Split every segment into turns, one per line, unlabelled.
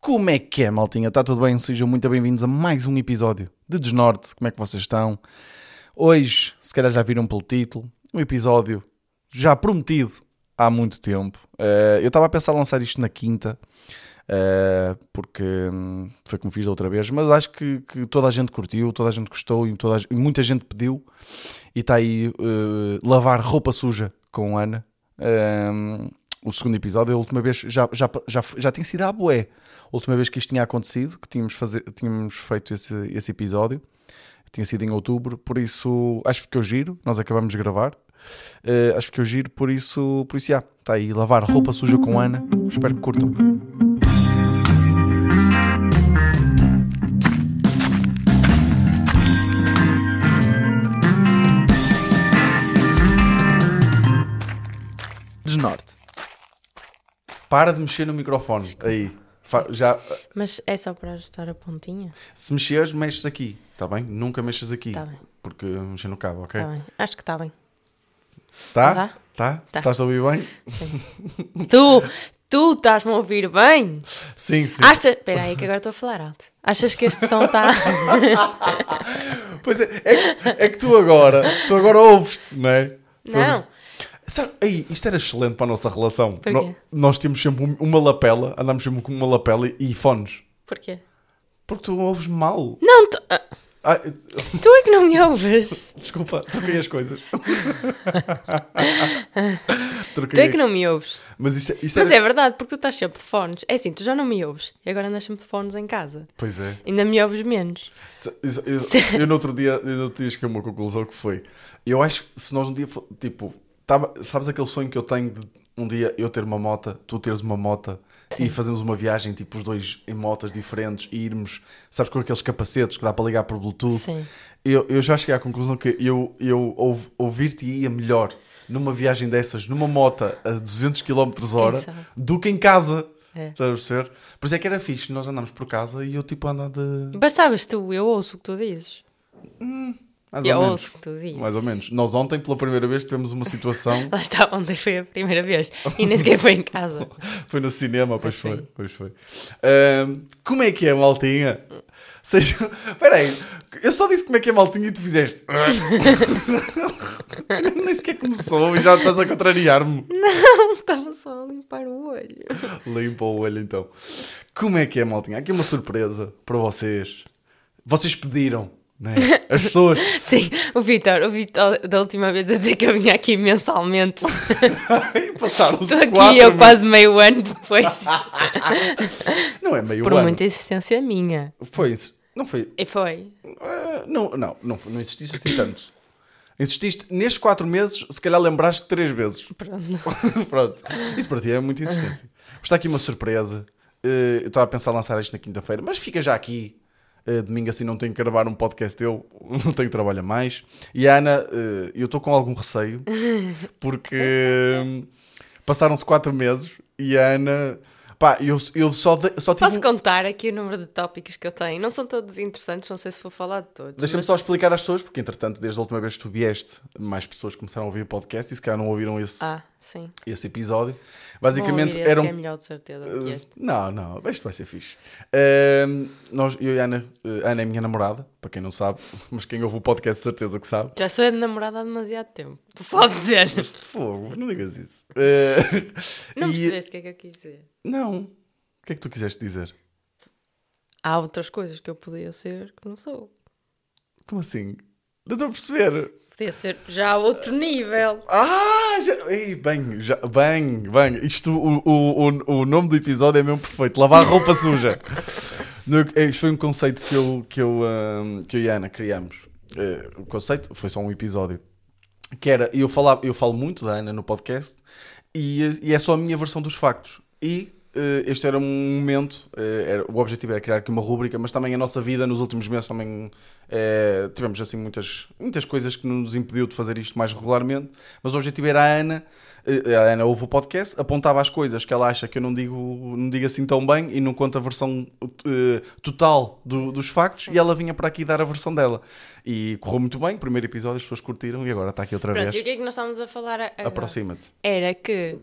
Como é que é, maltinha? Está tudo bem? Sejam muito bem-vindos a mais um episódio de Desnorte. Como é que vocês estão? Hoje, se calhar já viram pelo título, um episódio já prometido há muito tempo. Eh, eu estava a pensar lançar isto na quinta, eh, porque hum, foi como fiz da outra vez, mas acho que, que toda a gente curtiu, toda a gente gostou e toda a gen- e muita gente pediu. E está aí eh, lavar roupa suja com Ana. Hum, o segundo episódio, a última vez, já, já, já, já tem sido à bué. A última vez que isto tinha acontecido, que tínhamos, faze- tínhamos feito esse, esse episódio, tinha sido em outubro, por isso acho que eu giro, nós acabamos de gravar. Eh, acho que eu giro, por isso, por isso, já, está aí, lavar roupa suja com Ana. Espero que curtam. Desnorte. Para de mexer no microfone. Aí. Fa- Já,
Mas é só para ajustar a pontinha?
se mexeres, mexes aqui, está bem? Nunca mexas aqui.
Tá bem.
Porque mexer no cabo, ok?
Está Tá bem. Acho que está bem.
Tá?
Tá.
Tá?
Tá.
Estás a ouvir bem?
tu, tu estás-me a ouvir bem?
Sim, sim.
Achas... Espera aí que agora estou a falar alto. Achas que este som tá? está...
Pois é, é que, é que tu agora, tu agora ouves-te, não é? Tu-
Não.
Sabe, ei, isto era excelente para a nossa relação.
Porquê?
No- nós temos sempre um- uma lapela, andamos sempre com uma lapela e, e fones.
Porquê?
Porque tu ouves mal.
Não, tu... ah,
Ah, eh,
tu é que não me ouves.
desculpa, troquei as coisas. troquei.
Tu é que não me ouves.
Mas isto, isto
Mas
era-
é verdade, porque tu estás sempre de fones. É assim, tu já não me ouves. E agora andas sempre de fones em casa.
Pois é.
Ainda me ouves menos.
Se- se- Eu,
Se-
eu no outro dia, eu no outro dia cheguei a uma conclusão que foi: eu acho que se nós um dia, fo- tipo, tava- sabes aquele sonho que eu tenho de um dia eu ter uma mota, tu teres uma mota e fazermos uma viagem, tipo, os dois em motas diferentes e irmos, sabes, com aqueles capacetes que dá para ligar por Bluetooth?
Sim.
Eu, eu já cheguei à conclusão que eu, eu ouv- ouvir-te ia melhor numa viagem dessas, numa mota a 200 km hora,
Quem sabe?
do que em casa.
É.
Sabes perceber? Por isso é que era fixe, nós andámos por casa e eu tipo andar de.
Bastavas tu, eu ouço o que tu dizes.
mais
Eu
ou menos.
ouço o que tu dizes.
Mais ou menos. Nós ontem, pela primeira vez, tivemos uma situação.
Lá está, ontem foi a primeira vez. E nem sequer foi em casa.
foi no cinema, pois
Pois
foi. Pois foi. Ahm, como é que é, maltinha? Seja. Espera aí, eu só disse como é que é, maltinha, e tu fizeste. Nem sequer começou e já estás a contrariar-me.
Estava só a limpar o olho.
Limpa o olho então. Como é que é, maltinha? Aqui uma surpresa para vocês. Vocês pediram, né? As pessoas.
Sim, o Vitor, o Vitor da última vez a dizer que eu vinha aqui mensalmente.
Passaram-se
Estou aqui
quatro
eu
meses.
quase meio ano depois.
Não é meio
por
ano.
muita insistência minha.
Foi isso. Não foi.
E foi.
Ah, não, não, não, foi- não insististe assim tanto. Insististe nestes quatro meses, se calhar lembraste três vezes.
Pronto.
Pronto. Isso para ti é muita insistência. Mas Está aqui uma surpresa. Eh, eu estava a pensar em lançar isto na quinta-feira, mas fica já aqui. Eh, domingo assim não tenho que gravar um podcast eu, não tenho trabalho a mais. E a Ana, eh, eu estou com algum receio, porque hum, passaram-se quatro meses e a Ana... Pá, eu, eu só, de- só tive...
Posso
um-
contar aqui o número de tópicos que eu tenho? Não são todos interessantes, não sei se vou falar de todos.
Deixa-me
mas-
só explicar às pessoas, porque entretanto, desde a última vez que tu vieste, mais pessoas começaram a ouvir o podcast e se calhar não ouviram esse,
Ah, sim.
esse episódio.
Vão
Basicamente
ouvir esse
era
que é
um.
melhor de certeza do que
Uh,
este.
Não, não, isto vai ser fixe. Ahm, nós, eu e a Ana, uh, Ana é minha namorada, para quem não sabe, mas quem ouve o podcast de certeza que sabe.
Já sou namorada há demasiado tempo. Estou só a dizer.
Fogo, não digas isso. Eh,
Não
e-
percebeste o que é que eu quis dizer.
Não. O que é que tu quiseste dizer?
Há outras coisas que eu podia ser que não sou.
Como assim? Não estou a perceber.
Podia ser já a outro nível.
Ah, já, ei, bem, já, bem, bem. Isto, o, o, o, o nome do episódio é mesmo perfeito. Lavar roupa suja. No- é, Isto foi um conceito que eu, que eu, ahm, que eu e a Ana criámos. Eh, o conceito foi só um episódio. Que era, eu, falava, eu falo muito da Ana no podcast e, eh, e é só a minha versão dos factos. E eh, este era um momento, eh, era- o objetivo era criar aqui uma rúbrica, mas também a nossa vida nos últimos meses também eh, tivemos assim muitas, muitas coisas que nos impediu de fazer isto mais regularmente. Mas o objetivo era a Ana, eh, a Ana ouve o podcast, apontava as coisas que ela acha que eu não digo, não digo assim tão bem e não conta a versão eh, total do- dos factos e ela vinha para aqui dar a versão dela. E correu muito bem, primeiro episódio as pessoas curtiram e agora está aqui outra
Pronto, e o é
vez.
que é que nós estávamos a falar a- agora?
Aproxima-te.
Era que.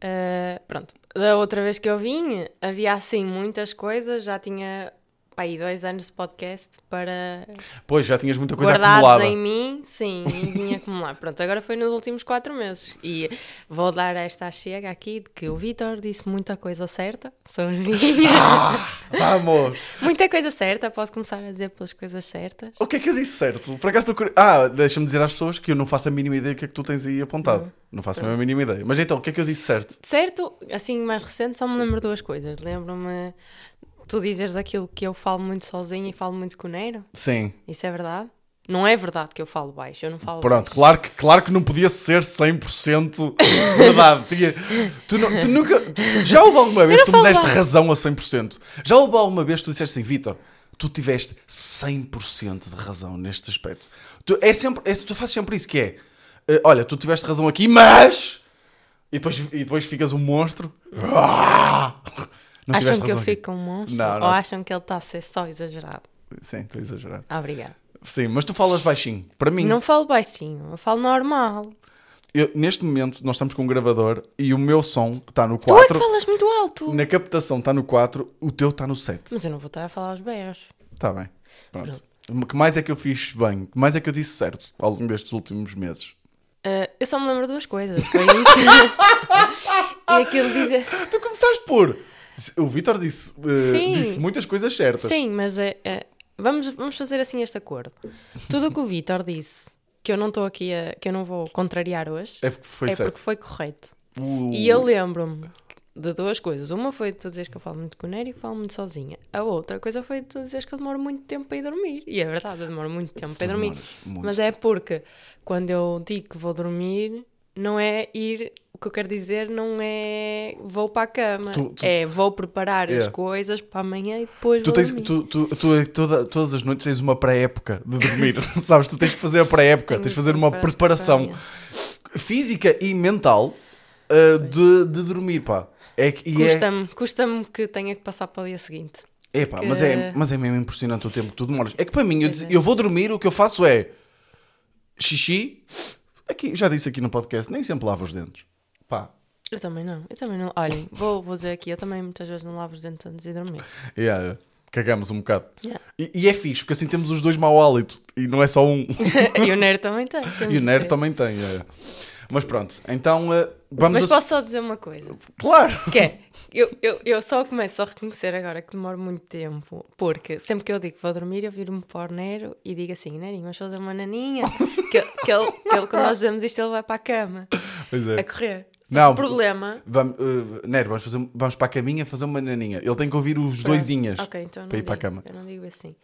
ah, pronto, Da outra vez que eu vim, havia assim muitas coisas, já tinha pá, aí dois anos de podcast para
Pois, já tinhas muita coisa
guardados
acumulada.
em mim, sim, e vinha acumular. Pronto, agora foi nos últimos quatro meses. E vou dar esta chega aqui de que o Vitor disse muita coisa certa sobre mim.
Ah, Vamos!
muita coisa certa, posso começar a dizer pelas coisas certas.
O que é que eu disse certo? Por acaso estou curi- Ah, deixa-me dizer às pessoas que eu não faço a mínima ideia do que é que tu tens aí apontado.
Uhum.
Não faço a mesma mínima ideia. Mas então, o que é que eu disse certo?
Certo, assim, mais recente, só me lembro duas coisas. Lembro-me tu dizeres aquilo que eu falo muito sozinha e falo muito com o Neiro.
Sim.
Isso é verdade? Não é verdade que eu falo baixo, eu não falo
Pronto, claro que, claro que não podia ser 100% verdade. Tinha- tu, nu- tu nunca. tu- já houve alguma vez
não
que tu me
falo
deste
nada.
razão a 100%? Já houve alguma vez que tu disseste assim, Vitor, tu tiveste 100% de razão neste aspecto? Tu, é sempre, é- tu fazes sempre isso, que é. eh, olha, tu tiveste razão aqui, mas. E depois, e depois ficas um monstro. Ah! Não
Acham
tiveste
que
razão
eu
aqui.
fico um monstro?
Não, não.
Ou acham que ele está a ser só exagerado?
Sim, estou a exagerar.
Ah, obrigada.
Sim, mas tu falas baixinho. Para mim,
Não falo baixinho, eu falo normal. é
eu- neste momento, nós estamos com um gravador e o meu som está no
Tu é que
4.
falas muito alto.
Na captação está no 4, o teu está no 7.
Mas eu não vou estar a falar aos berros.
Está bem. Pronto. O que mais é que eu fiz bem? O que mais é que eu disse certo ao longo destes últimos meses?
Ah, eu só me lembro de duas coisas. Foi isso. e aquilo dizer.
Tu começaste por. O Vitor disse, eh,
Sim.
disse muitas coisas certas.
Sim, mas é, é- vamos, vamos fazer assim este acordo. Tudo o que o Vitor disse que eu não estou aqui a. que eu não vou contrariar hoje
É porque foi
é
certo.
porque foi correto.
O-
E eu lembro-me de duas coisas. Uma foi de tu dizeres que eu falo muito com o Nery e que falo muito sozinha. A outra coisa foi de tu dizeres que eu demoro muito tempo para ir dormir. E é verdade, eu demoro muito tempo para ir dormir.
demoras muito
Mas é porque quando eu digo que vou dormir, não é ir. O que eu quero dizer não é vou para a cama,
Tu- tu-
é vou preparar
Yeah.
as coisas para amanhã e depois
Tu
vou
tens,
dormir.
tu, tu, tu é toda- todas as noites tens uma pré-época de dormir, sabes? Tu tens que fazer a pré-época, tens que fazer uma
Preparar as
preparação
coisas
física e mental uh, de, de dormir, pá. É que, e
para
é,
amanhã. Custa-me custa-me que tenha que passar para o dia seguinte.
É pá,
Que-
mas, é, mas é mesmo impressionante o tempo que tu demoras. É que para mim, eu,
Pois
diz-
é.
eu vou dormir, o que eu faço é xixi. Aqui, já disse aqui no podcast, nem sempre lavo os dentes. Pá,
Eu também não, eu também não. Olhem, vou, vou dizer aqui, eu também muitas vezes não lavo os dentes antes de dormir.
yeah, cagamos um bocado.
Yeah.
E, e é fixe, porque assim temos os dois mau hálito e não é só um.
e o Nero também tem. temos
e o
de
Nero
ter.
também tem. yeah. Mas pronto, então eh, vamos
Mas
a-
posso só dizer uma coisa:
Claro!
que é, eu, eu, eu só começo a reconhecer agora que demoro muito tempo, porque sempre que eu digo que vou dormir, eu viro-me para o Nero e digo assim: Nerinho, mas vou dar uma naninha. que, ele- que, ele, que ele, quando nós dizemos isto, ele vai para a cama
Pois
a
é.
correr. Só
Não.
que o problema.
Vamos, eh, Nero, vamos, fazer, vamos para a caminha fazer uma naninha. Ele tem que ouvir os doisinhas.
Ok, então não
para ir para a
digo,
cama.
Eu não digo assim.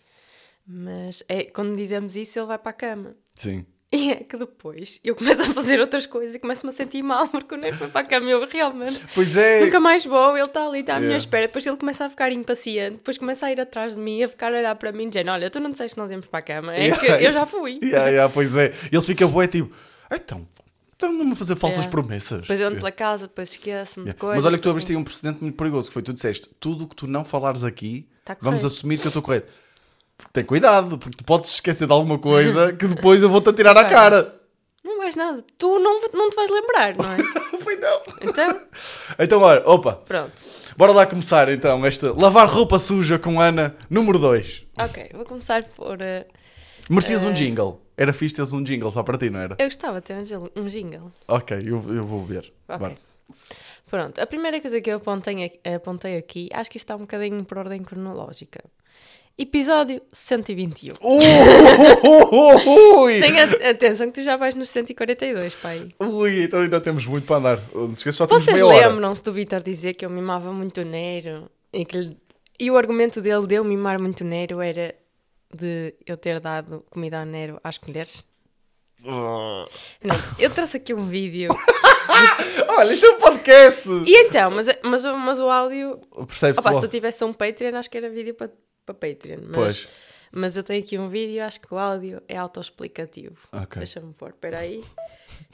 Mas é, quando dizemos isso, ele vai para a cama.
Sim.
E é que depois eu começo a fazer outras coisas e começo-me a sentir mal porque o Nero foi para a cama e eu realmente
Pois é.
nunca mais vou. Ele está ali, está à minha
Yeah.
espera. Depois ele começa a ficar impaciente, depois começa a ir atrás de mim, a ficar a olhar para mim, dizendo: Olha, tu não disseste que nós íamos para a cama, é
Yeah.
que eu já fui.
Yeah, yeah, pois é. Ele fica bué tipo, "Ah, então, estão-me a fazer falsas
Yeah.
promessas.
Depois eu ando
Yeah.
pela casa, depois esqueço-me de
Yeah.
coisas. é.
Mas olha que tu
depois
abriste aí um precedente muito perigoso, que foi tu disseste, tudo o que tu não falares aqui,
Tá
vamos
correto.
assumir que eu estou correto. Tem cuidado, porque tu podes esquecer de alguma coisa que depois eu vou-te atirar à
Ok.
cara.
tenho- Não vais nada, tu não, não te vais lembrar, não é?
Foi não.
Então,
Então, ora, opa,
pronto.
bora lá começar então esta lavar roupa suja com Ana, número 2.
Ok, vou começar por. eh,
Merecias um jingle. Era fixe teres um jingle só para ti, não era?
Eu gostava de ter um jil- um jingle.
Ok, eu, eu vou ver.
Ok.
Bora.
Pronto, a primeira coisa que eu apontei, aqui- apontei aqui, acho que isto está um bocadinho por ordem cronológica. Episódio 121.
Oh, oh, oh, oh, oh, ui.
Tenha atenção que tu já vais nos 142, pai.
Ui, então ainda temos muito para andar. Não esqueça, só temos
Vocês
meia hora.
lembram-se do Vitor dizer que eu mimava muito o Nero? E, que lhe- e o argumento dele de eu mimar muito o Nero era de eu ter dado comida ao Nero às colheres?
Ah.
Não, eu trouxe aqui um vídeo.
Olha, isto é um podcast.
E então, mas, mas, o- mas o áudio
Percebe-se
Opa,
logo.
se eu tivesse um Patreon, acho que era vídeo para para Patreon. Mas,
Pois.
mas eu tenho aqui um vídeo, acho que o áudio é autoexplicativo.
Ok.
Deixa-me pôr, peraí.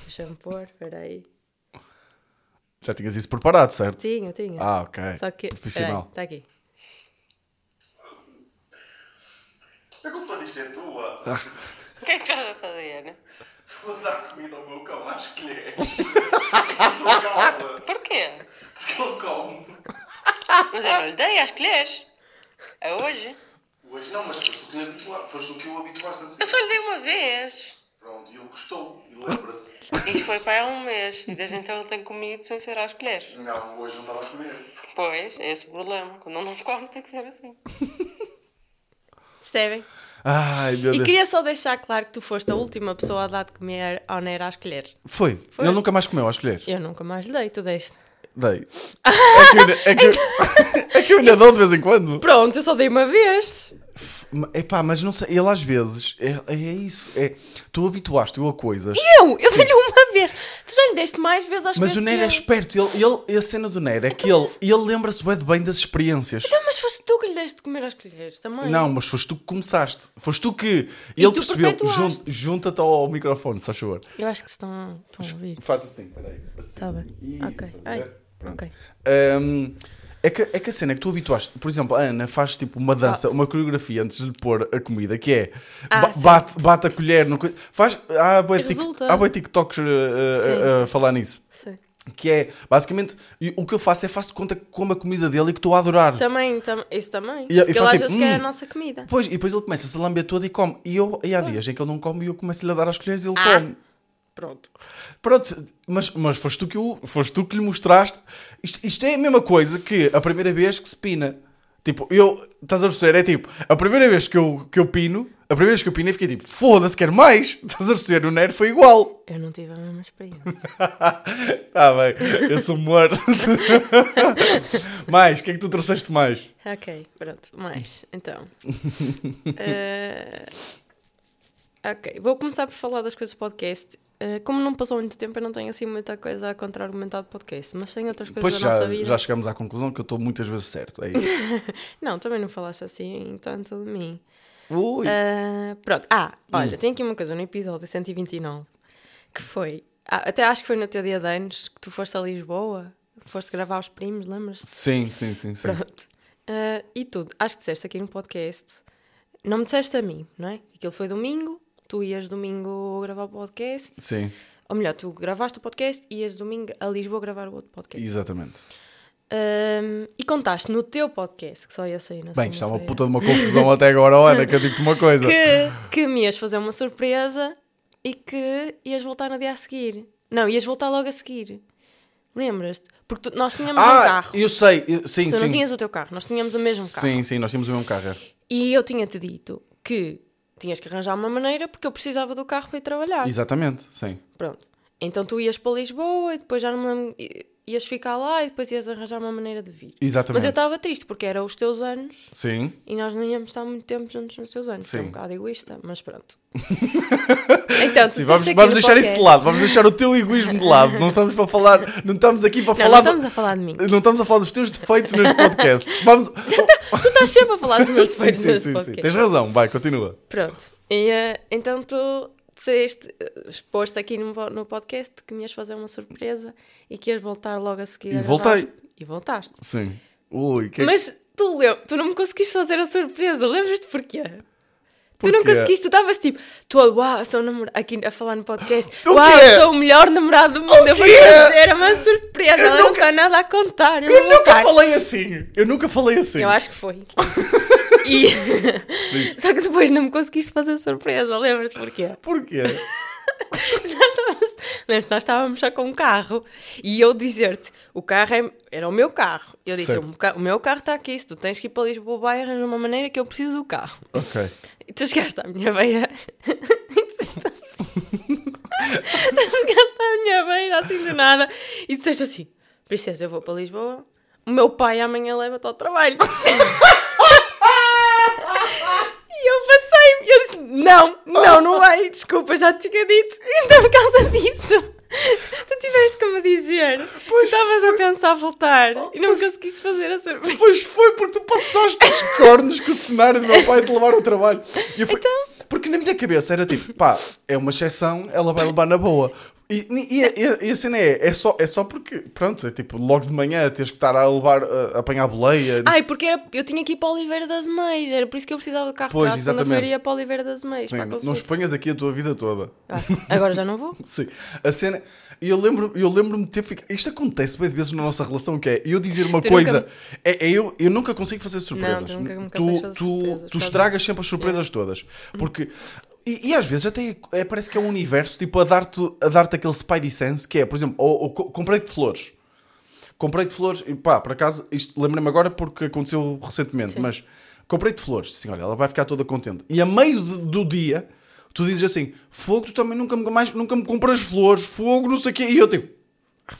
Deixa-me pôr, peraí.
Já tinhas isso preparado, certo?
Tinha, tinha.
Ah, ok.
Só que.
Profissional.
Está aqui.
A culpa disto é tua.
O que é que estás a fazer?
Estou a dar comida ao meu cão às colheres. Em tua casa.
Porquê?
Porque ele come.
Mas eu não lhe dei às colheres. É hoje.
Hoje não, mas foste o que lhe habitua- foste o que o habituaste a
Eu
ser.
só lhe dei uma vez.
Pronto, e ele gostou. E lembra-se.
Isto foi para há um mês. E desde então ele tem comido sem ser às colheres.
Não, hoje não estava a comer.
Pois, é esse o problema. Quando não nos come tem que ser assim.
Percebem?
Ai, meu
é. E
Deus.
queria só deixar claro que tu foste a última pessoa a dar de comer ao Neira às colheres.
Foi.
Foi.
Ele nunca mais comeu às colheres.
Eu nunca mais lhe dei, tu deste.
Dei. É que eu, ainda- é que
Então-
eu- é que eu ainda dou de vez em quando.
Pronto, eu só dei uma vez.
Ma- Epá, mas não sei, ele às vezes é, é isso. É, tu habituaste-o a coisas.
Eu, eu dei-lhe uma vez. Tu já lhe deste mais vezes às
Mas
vezes Então,
o Nero é
que eu.
esperto, ele, ele, a cena do Nero é que ele, ele lembra-se bué de bem das experiências.
Então, mas foste tu que lhe deste de comer às colheres também.
Não, mas foste tu que começaste. Foste tu que.
é? E
ele
tu
percebeu.
perpetuaste.
Jun- Junta-te ao microfone, se faz favor.
Eu acho que se estão, estão a ouvir.
Faz assim, peraí. Assim.
Tá bem.
Isso,
Ok.
estás a
Ai,
ver? Pronto.
ok.
Hum, é, que, é que a cena é que tu habituaste. Por exemplo, a Ana faz tipo uma dança, uma coreografia antes de lhe pôr a comida, que é
Ah,
ba-
sim.
bate, bate a colher no. co- Faz, há bué tic-
Resulta.
há bué TikToks uh, uh, a falar nisso.
Sim.
Que é basicamente e o que eu faço é faço de conta que como a comida dele e que estou a adorar.
Também, tam- isso também.
E- e faz
Porque ele às
tipo,
vezes quer a
"Hum."
nossa comida.
Pois, e depois ele começa-se a lamber toda e come. E, eu, e há dias em que ele não come e eu começo-lhe a dar as colheres e ele
Ah.
come.
Pronto.
Pronto, mas, mas foste, tu que o, foste tu que lhe mostraste. Isto, isto é a mesma coisa que a primeira vez que se pina. Tipo, eu. Estás a perceber? É tipo, a primeira vez que eu, que eu pino, a primeira vez que eu pinei, fiquei tipo, foda-se, quero mais. Estás a perceber? O Nero foi igual.
Eu não tive a mesma experiência.
Tá bem, eu sou morto. mais, o que é que tu trouxeste mais?
ok, pronto. Mais, então. Eh, ok, vou começar por falar das coisas do podcast. Eh, como não passou muito tempo, eu não tenho assim muita coisa a contra-argumentar do podcast, mas tenho outras coisas
Depois
da nossa
já,
vida.
já chegamos à conclusão que eu estou muitas vezes certo. É isso.
Não, também não falaste assim tanto de mim.
Ui. Hum.
Ah, pronto. Ah, olha, tem aqui uma coisa no episódio 129 que foi. ah, até acho que foi no teu dia de anos que tu foste a Lisboa, foste gravar os primos, lembras-te?
Sim, sim, sim, sim.
Pronto. Ah, e tudo. Acho que disseste aqui no podcast. Não me disseste a mim, não é? Aquilo foi domingo, tu ias domingo gravar o podcast.
Sim,
Ou melhor, tu gravaste o podcast e ias domingo a Lisboa gravar o outro podcast.
exatamente.
Ah, e contaste no teu podcast, que só ia sair na
Bem, está uma
segunda-feira.
puta de uma confusão até agora, Ana, que eu digo-te uma coisa.
que, que me ias fazer uma surpresa e que ias voltar no dia a seguir. Não, ias voltar logo a seguir. Lembras-te? Porque tu- nós tínhamos um
Ah,
carro.
eu sei, eu- sim,
Tu
sim.
não tinhas o teu carro, nós tínhamos o mesmo carro.
Sim, sim, nós tínhamos o mesmo carro. é.
E eu tinha-te dito que tinhas que arranjar uma maneira porque eu precisava do carro para ir trabalhar.
Exatamente, sim.
Pronto. Então tu ias para Lisboa e depois já não me lembro- i- ias ficar lá e depois ias arranjar uma maneira de vir.
Exatamente.
Mas eu estava triste porque era os teus anos
Sim.
e nós não íamos estar muito tempo juntos nos teus anos. que É um
Sim.
bocado egoísta, mas pronto. então, tu
Sim, vamos,
disseste aqui
vamos
no
deixar isso
podcast-
de lado, vamos deixar o teu egoísmo de lado. Não estamos para falar, não estamos aqui para
Não,
falar.
não estamos
do-
a falar de mim.
não estamos a falar dos teus defeitos neste podcast. Vamos.
tu estás sempre a falar dos meus
sim,
defeitos
sim,
neste
sim, sim.
podcast.
Tens razão, vai, continua.
Pronto. E, eh, então tu disseste, eh, exposto aqui no, vo- no podcast que me ias fazer uma surpresa e que ias voltar logo a seguir.
E
a gravar
voltei.
os- E voltaste.
Sim. Ui, que é que-
Mas tu, lem- tu não me conseguiste fazer a surpresa, lembras-te porquê? Tu não
Porquê?
conseguiste, tu estavas tipo, tu, uau, sou namorado, aqui a falar no podcast,
O
uau,
quê?
sou o melhor namorado do mundo, eu vou
quê?
fazer uma surpresa, ela não
nunca-
está nada a contar. Eu,
Eu
vou
nunca
voltar."
falei assim. Eu nunca falei assim.
Eu acho que foi. E- Só que depois não me conseguiste fazer surpresa, lembras-te porquê?
Porquê?
Nós estávamos, lembras-te, nós estávamos só com um carro e eu dizer-te, o carro é- era o meu carro. Eu disse,
Certo.
o, ca- o meu carro está aqui, se tu tens que ir para Lisboa, vai arranjar uma maneira que eu preciso do carro.
ok.
E tu chegaste à minha beira e disseste assim. tu chegaste à minha beira assim do nada e disseste assim: Princesa, eu vou para Lisboa, o meu pai amanhã leva-te ao trabalho. E eu passei-me, eu disse: Não, não, não vai, desculpa, já te tinha dito. Então, por causa disso. Tu tiveste como dizer, tu
Pois Oh,
estavas a pensar voltar e não
pois-
conseguiste fazer a surpresa.
Pois foi, porque tu passaste os cornos com o cenário do meu pai te levar ao
Então?
trabalho. E eu fui- Porque na minha cabeça era tipo, pá, é uma exceção, ela vai levar na boa. E, e, e a- e a cena é, é só, é só porque, pronto, é tipo, logo de manhã tens que estar a levar, a, a apanhar boleia.
Ai, porque era- eu tinha que ir para Oliveira das Meias, era por isso que eu precisava do carro
Pois,
para a segunda-feira
exatamente.
e ia para Oliveira das Meias.
Sim,
para a
não
consulta.
exponhas aqui a tua vida toda.
Ah, sim. Agora já não vou.
Sim. A cena. E eu lembro-me eu lembro de ter ficado. Isto acontece bem de vezes na nossa relação, que é eu dizer uma
Tu
coisa.
nunca
É, é eu, eu nunca consigo fazer surpresas.
tu nunca me consegues
tu,
fazer
tu-
surpresas,
tu
pode-
estragas sempre as surpresas todas. Porque. E, e às vezes até é- é- parece que é um universo tipo a dar-te a dar-te aquele spidey sense que é, por exemplo, ou, ou co- comprei-te flores. Comprei-te flores, e pá, por acaso, isto lembrei-me agora porque aconteceu recentemente, mas comprei-te flores, assim, olha, ela vai ficar toda contente. E a meio de- do dia, tu dizes assim, fogo, tu também nunca me, mais, nunca me compras flores, fogo, não sei o quê, e eu tipo,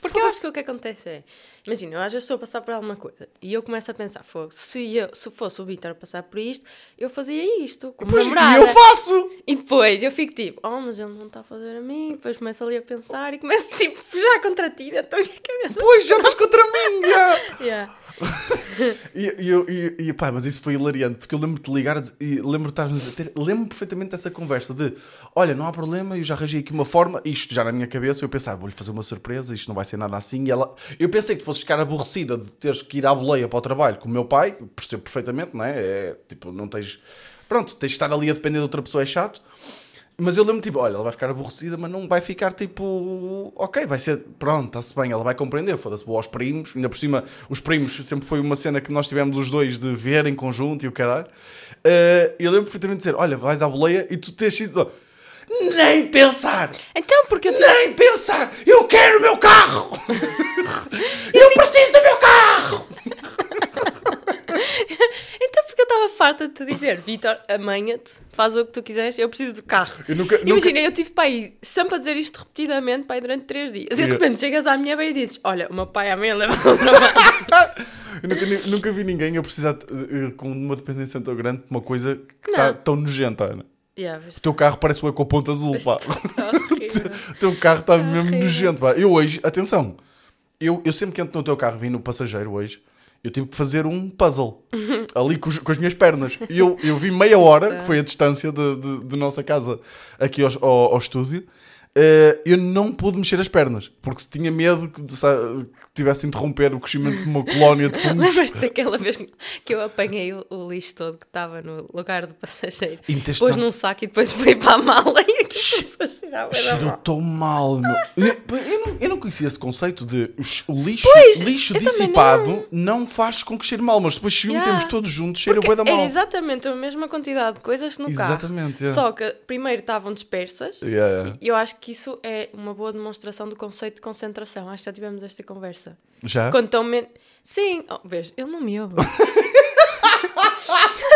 Porque eu acho que o que acontece é. Imagina, eu às vezes estou a passar por alguma coisa e eu começo a pensar, "Fogo, se, eu, se fosse o Vitor a passar por isto, eu fazia isto, como
pois, e
namorada.
eu faço!
E depois eu fico tipo, oh, mas ele não está a fazer a mim. Depois começo ali a pensar e começo tipo, já contra ti, dentro da minha cabeça.
Pois, já estás contra mim, já!
Yeah.
E, e eu- e- e, pá, mas isso foi hilariante, porque eu lembro-te de ligar e lembro-te de estarmos a ter. Lembro-me perfeitamente dessa conversa de: olha, não há problema, eu já arranjei aqui uma forma, isto já na minha cabeça, eu pensar, vou-lhe fazer uma surpresa, isto não vai ser nada assim. E ela, eu pensei que tu fosses ficar aborrecida de teres que ir à boleia para o trabalho com o meu pai, percebo perfeitamente, não é? É tipo, não tens. Pronto, tens de estar ali a depender de outra pessoa, é chato. Mas eu lembro, tipo, olha, ela vai ficar aborrecida, mas não vai ficar tipo, ok, vai ser, pronto, está-se bem, ela vai compreender, foda-se, vou aos primos, ainda por cima, os primos sempre foi uma cena que nós tivemos os dois de ver em conjunto e o caralho. Eh, eu lembro perfeitamente de dizer, olha, vais à boleia e tu tens sido, nem pensar,
Então, porque eu te
nem pensar, eu quero o meu carro, eu preciso do meu carro.
Então porque eu estava farta de te dizer, Vitor, amanha-te, faz o que tu quiseres, eu preciso do carro.
Eu nunca- nunca-
Imagina, eu tive pai sempre a dizer isto repetidamente pai, durante três dias. E de
Yeah.
repente chegas à minha beira e dizes, olha, o meu pai amanhã leva o trabalho.
Eu nunca, nu- nunca vi ninguém a precisar, eh, eh, com uma dependência tão grande, de uma coisa que
Não.
está tão nojenta, Ana.
yeah, mas
O teu carro parece o Ecoponto Azul, pá.
está horrível.
O teu carro está mesmo
horrível.
nojento, pá. Eu hoje, atenção, eu, eu sempre que entro no teu carro, vim no passageiro hoje, eu tive que fazer um puzzle ali com, os- com as minhas pernas. E eu, eu vi meia hora, que foi a distância de, de- de nossa casa aqui aos- ao, ao estúdio, eh, eu não pude mexer as pernas, porque tinha medo que, de- sa- que tivesse a interromper o crescimento de uma colónia de fungos.
Lembras-te daquela vez que eu apanhei o, o lixo todo que estava no lugar do passageiro?
E meteste
Pôs
lá-
num saco e depois foi para a mala e aquilo começou a cheirar. bué da
Cheirou
mal.
tão mal, meu. Eu, eu não, eu não conhecia esse conceito de os- o lixo,
Pois,
lixo
eu também
dissipado não. faz com que cheire mal, mas depois se o
Yeah.
metemos todos juntos, cheira
Porque
bué da mal.
Era exatamente a mesma quantidade de coisas no carro.
Exatamente, é. yeah.
Só que primeiro estavam dispersas.
Yeah,
E eu acho que isso é uma boa demonstração do conceito de concentração. Acho que já tivemos esta conversa.
Já?
Quando estão menos. Sim, oh, vês, ele não me ouve. já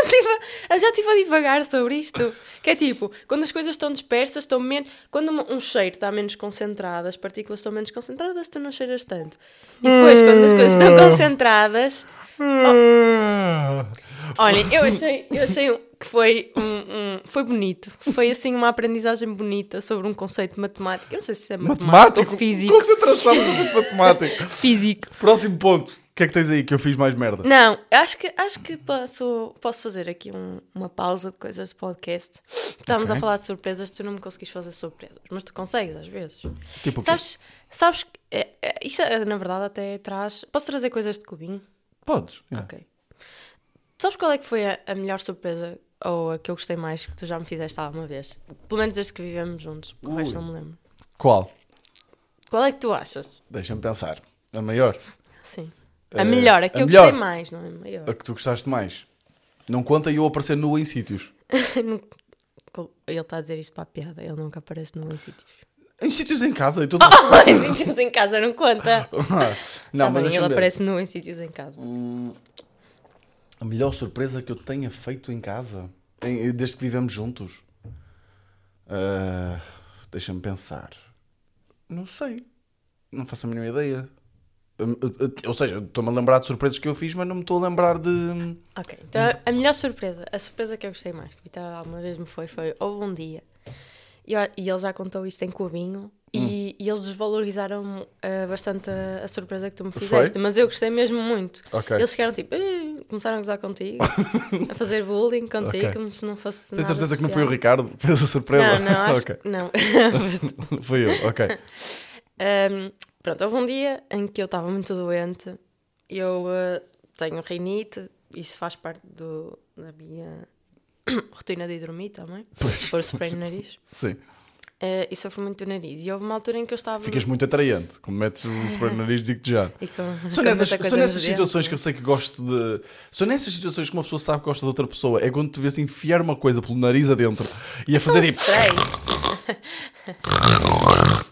estive a- já estive a divagar sobre isto. Que é tipo, quando as coisas estão dispersas, estão menos. Quando uma- um cheiro está menos concentrado, as partículas estão menos concentradas, tu não cheiras tanto. E depois, quando as coisas
Hum.
estão concentradas.
Ah,
Olha, eu achei, eu achei um- que foi, um, um- foi bonito. Foi assim uma aprendizagem bonita sobre um conceito de matemática. Eu não sei se isso é matemático
Matemático.
ou físico.
Concentração, conceito matemático.
Físico.
Próximo ponto. O que é que tens aí que eu fiz mais merda?
Não, acho que, acho que posso, posso fazer aqui um- uma pausa de coisas de podcast. Estávamos
Ok.
a falar de surpresas, tu não me conseguiste fazer surpresas, mas tu consegues às vezes.
Tipo o quê?
Sabes, sabes que é, é, isto é, na verdade até traz. Posso trazer coisas de cubinho?
Podes. yeah.
Ok. Sabes qual é que foi a, a melhor surpresa ou a que eu gostei mais que tu já me fizeste alguma vez? Pelo menos desde que vivemos juntos, porque o resto
Ui.
não me lembro.
Qual?
Qual é que tu achas?
Deixa-me pensar. A maior.
Sim.
Eh,
A melhor, a que
a
eu
melhor.
gostei mais, não é? Maior.
A que tu gostaste mais. Não conta eu aparecer nu em sítios.
Co- Ele está a dizer isso para a piada, ele nunca aparece num sítio.
Em sítios em casa. Eu tô...
em sítios em casa não conta.
não,
Tá
mas
bem,
deixa-me
ele
ver.
aparece nu em sítios em casa.
A melhor surpresa que eu tenha feito em casa, em- desde que vivemos juntos. Ah, Deixa-me pensar. Não sei. Não faço a mínima ideia. Hum, hum, hum, Ou seja, estou-me a lembrar de surpresas que eu fiz, mas não me estou a lembrar de.
Ok, então a melhor surpresa, a surpresa que eu gostei mais, que o Vitor alguma vez me foi, foi houve um dia. E, ó- e ele já contou isto em Cubinho. E,
Hum.
e eles desvalorizaram ah, bastante a, a surpresa que tu me fizeste, mas eu gostei mesmo muito.
Ok.
Eles ficaram tipo, "Eh", começaram a gozar contigo, a fazer bullying contigo,
Ok.
como se não fosse.
Tens
nada
certeza que não foi o
especial.
Ricardo que fez a surpresa?
Não, não, acho
Ok.
que não.
Foi eu, ok.
Ahm, pronto, houve um dia em que eu estava muito doente. Eu ah, tenho rinite, isso faz parte do, da minha rotina de dormir também. Pôr spray no nariz.
Sim.
Eh, e sofro muito do nariz. E houve uma altura em que eu estava.
Ficas muito atraente. Como metes o spray no nariz, digo-te já.
E com-
São
com
nessas,
tanta coisa é?
são nessas
nos
situações que eu
dentes,
sei que gosto de. São nessas situações que uma pessoa sabe que gosta de outra pessoa. É quando tu vês enfiar uma coisa pelo nariz adentro e a fazer
não é?
tipo.
Spray.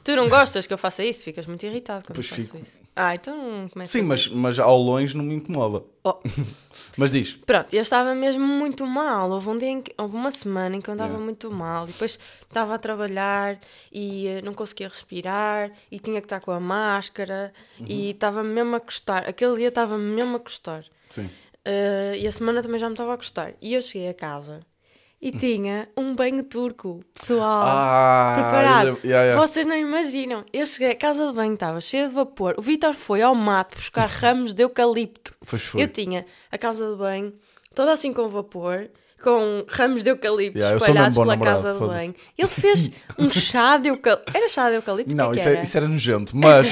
tu não gostas que eu faça isso? Ficas muito irritado quando
Pois
eu faço
fico.
isso. Ah, então começa
Sim,
a-
mas, mas ao longe não me incomoda.
Oh,
Mas diz.
Pronto, eu estava mesmo muito mal. Houve um dia em que, houve uma semana em que eu andava
Yeah.
muito mal. E depois estava a trabalhar e eh, não conseguia respirar e tinha que estar com a máscara e estava mesmo a custar. Aquele dia estava mesmo a custar.
Sim.
Eh, e a semana também já me estava a gostar. E eu cheguei a casa e tinha um banho turco, pessoal.
Hum. Ah,
preparado.
eu lembro- yeah, yeah.
Vocês não imaginam. Eu cheguei, a casa de banho estava cheia de vapor. O Vitor foi ao mato buscar ramos de eucalipto.
Pois foi.
Eu tinha a casa de banho toda assim com vapor. Com ramos de eucalipto
Yeah, eu sou
espalhados
mesmo bom
pela
namorado,
casa de
foda-se.
banho. Ele fez um chá de eucalipto. Era chá de eucalipto? O
Não,
que é que
isso,
era?
é, isso era nojento, mas.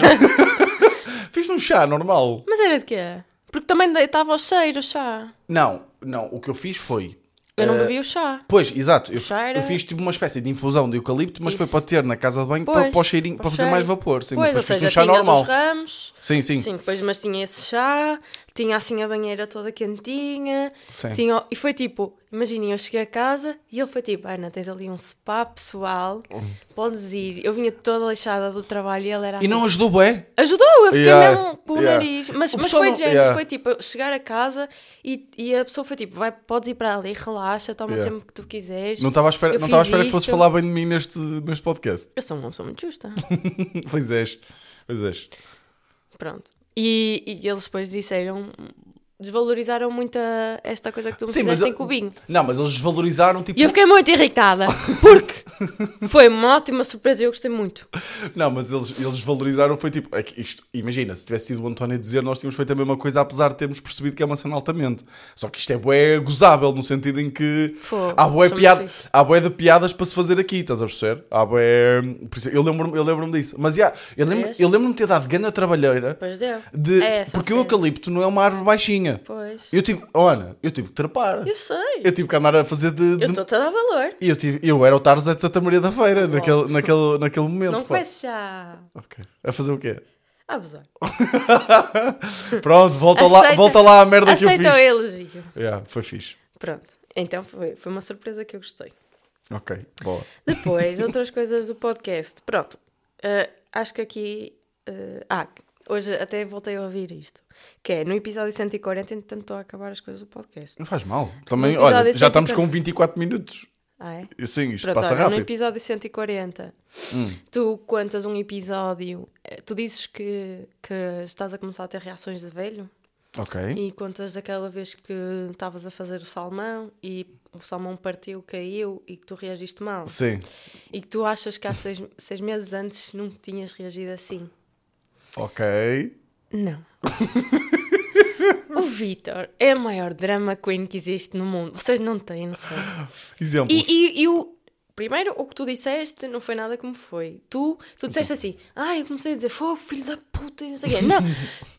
Fiz num chá normal.
Mas era de quê? Porque também estava ao cheiro o chá.
Não, não, o que eu fiz foi.
Eu não
eh,
bebi o chá.
Pois, exato. Eu,
chá era-
eu fiz tipo uma espécie de infusão de eucalipto, mas foi
Isso.
para ter na casa de banho para,
Pois,
para, o cheirinho, para fazer
cheiro.
mais vapor. Sim,
Pois, ou
mas depois
seja,
fiz um chá
tinhas
normal.
os ramos.
Sim, sim.
depois, mas tinha esse chá, tinha assim a banheira toda quentinha.
Sim.
Tinha, o- e foi tipo, imaginem, eu cheguei a casa e ele foi tipo, Ana, tens ali um spa pessoal, podes ir. Eu vinha toda lixada do trabalho e ele era
Hum. E
assim.
não ajudou, é? bué?
Ajudou, eu fiquei
Yeah,
mesmo com o
yeah.
nariz. Mas,
O
mas
pessoal
foi
não-
de género,
yeah.
foi tipo, eu chegar a casa e, e a pessoa foi tipo, vai, podes ir para ali, relaxa, toma
Yeah.
o tempo que tu quiseres.
Não estava à espera,
Eu
não estava à
fiz
espera que fosses
isto.
falar bem de mim neste, neste podcast.
Eu sou uma pessoa muito justa.
pois és. Pois és.
Pronto. E, e eles depois disseram. Desvalorizaram muito a- esta coisa que tu me
Sim, mas
fizeste em
eu-
cubinho.
Não, mas eles desvalorizaram tipo.
E eu fiquei muito irritada. Porque foi uma ótima surpresa e eu gostei muito.
Não, mas eles, eles valorizaram, foi tipo, é que isto, imagina, se tivesse sido o António a dizer, nós tínhamos feito a mesma coisa, apesar de termos percebido que é uma cena altamente. Só que isto é bué gozável, no sentido em que
Fogo,
há, bué
sou muito
piada,
fixe.
há bué de piadas para se fazer aqui, estás a perceber? Há bué... por isso- Eu lembro-me eu lembro disso. Mas, já, eu lembro-
Vês?
eu lembro-me de ter dado grande trabalheira,
Pois deu.
de,
É essa a
porque o
cena.
eucalipto não é uma árvore baixinha.
Pois. Eu,
Eu tive, oh, Ana, eu tive que trepar. Eu,
sei.
tive que andar a fazer de... de-
Eu estou-te a dar valor.
e eu, tive, eu era o Tarzan de Santa Maria da Feira, naquele, naquele, naquele momento.
Não
pá.
comeces já
Ok. A fazer o quê?
a abusar.
Pronto, volta, lá,
Aceita-
volta lá à merda que eu
Aceita o
fiz.
elogio.
Yeah, foi fixe.
Pronto. Então foi, foi uma surpresa que eu gostei.
Ok, boa.
Depois, outras coisas do podcast. Pronto. eh, acho que aqui. eh, ah, hoje até voltei a ouvir isto. Que é no episódio 140, entretanto estou a acabar as coisas do podcast.
Não faz mal. Também,
No
olha,
episódio
já estamos
140.
com 24 minutos.
Ah, é?
Sim, isto
Pronto,
passa
olha, no
rápido. Hum.
episódio 140, tu contas um episódio. eh, Tu dizes que, que estás a começar a ter reações de velho
Ok.
e contas daquela vez que estavas a fazer o salmão e o salmão partiu, caiu e que tu reagiste mal.
Sim.
E que tu achas que há seis, seis meses antes nunca tinhas reagido assim.
Ok.
Não. o Vitor é a maior drama queen que existe no mundo. Vocês não têm noção.
Exemplos.
E, e, e o. Primeiro, o que tu disseste não foi nada como foi. Tu, tu disseste assim, ai, eu comecei a dizer fogo, filho da puta, e não sei o quê. Não,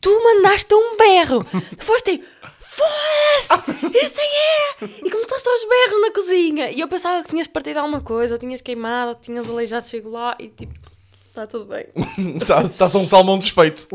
tu mandaste um berro. Tu foste tipo, foda-se, eu não sei o quê. E começaste aos berros na cozinha. E eu pensava que tinhas partido alguma coisa, ou tinhas queimado, ou tinhas aleijado, chego lá e tipo, está tudo bem.
Está só um salmão desfeito.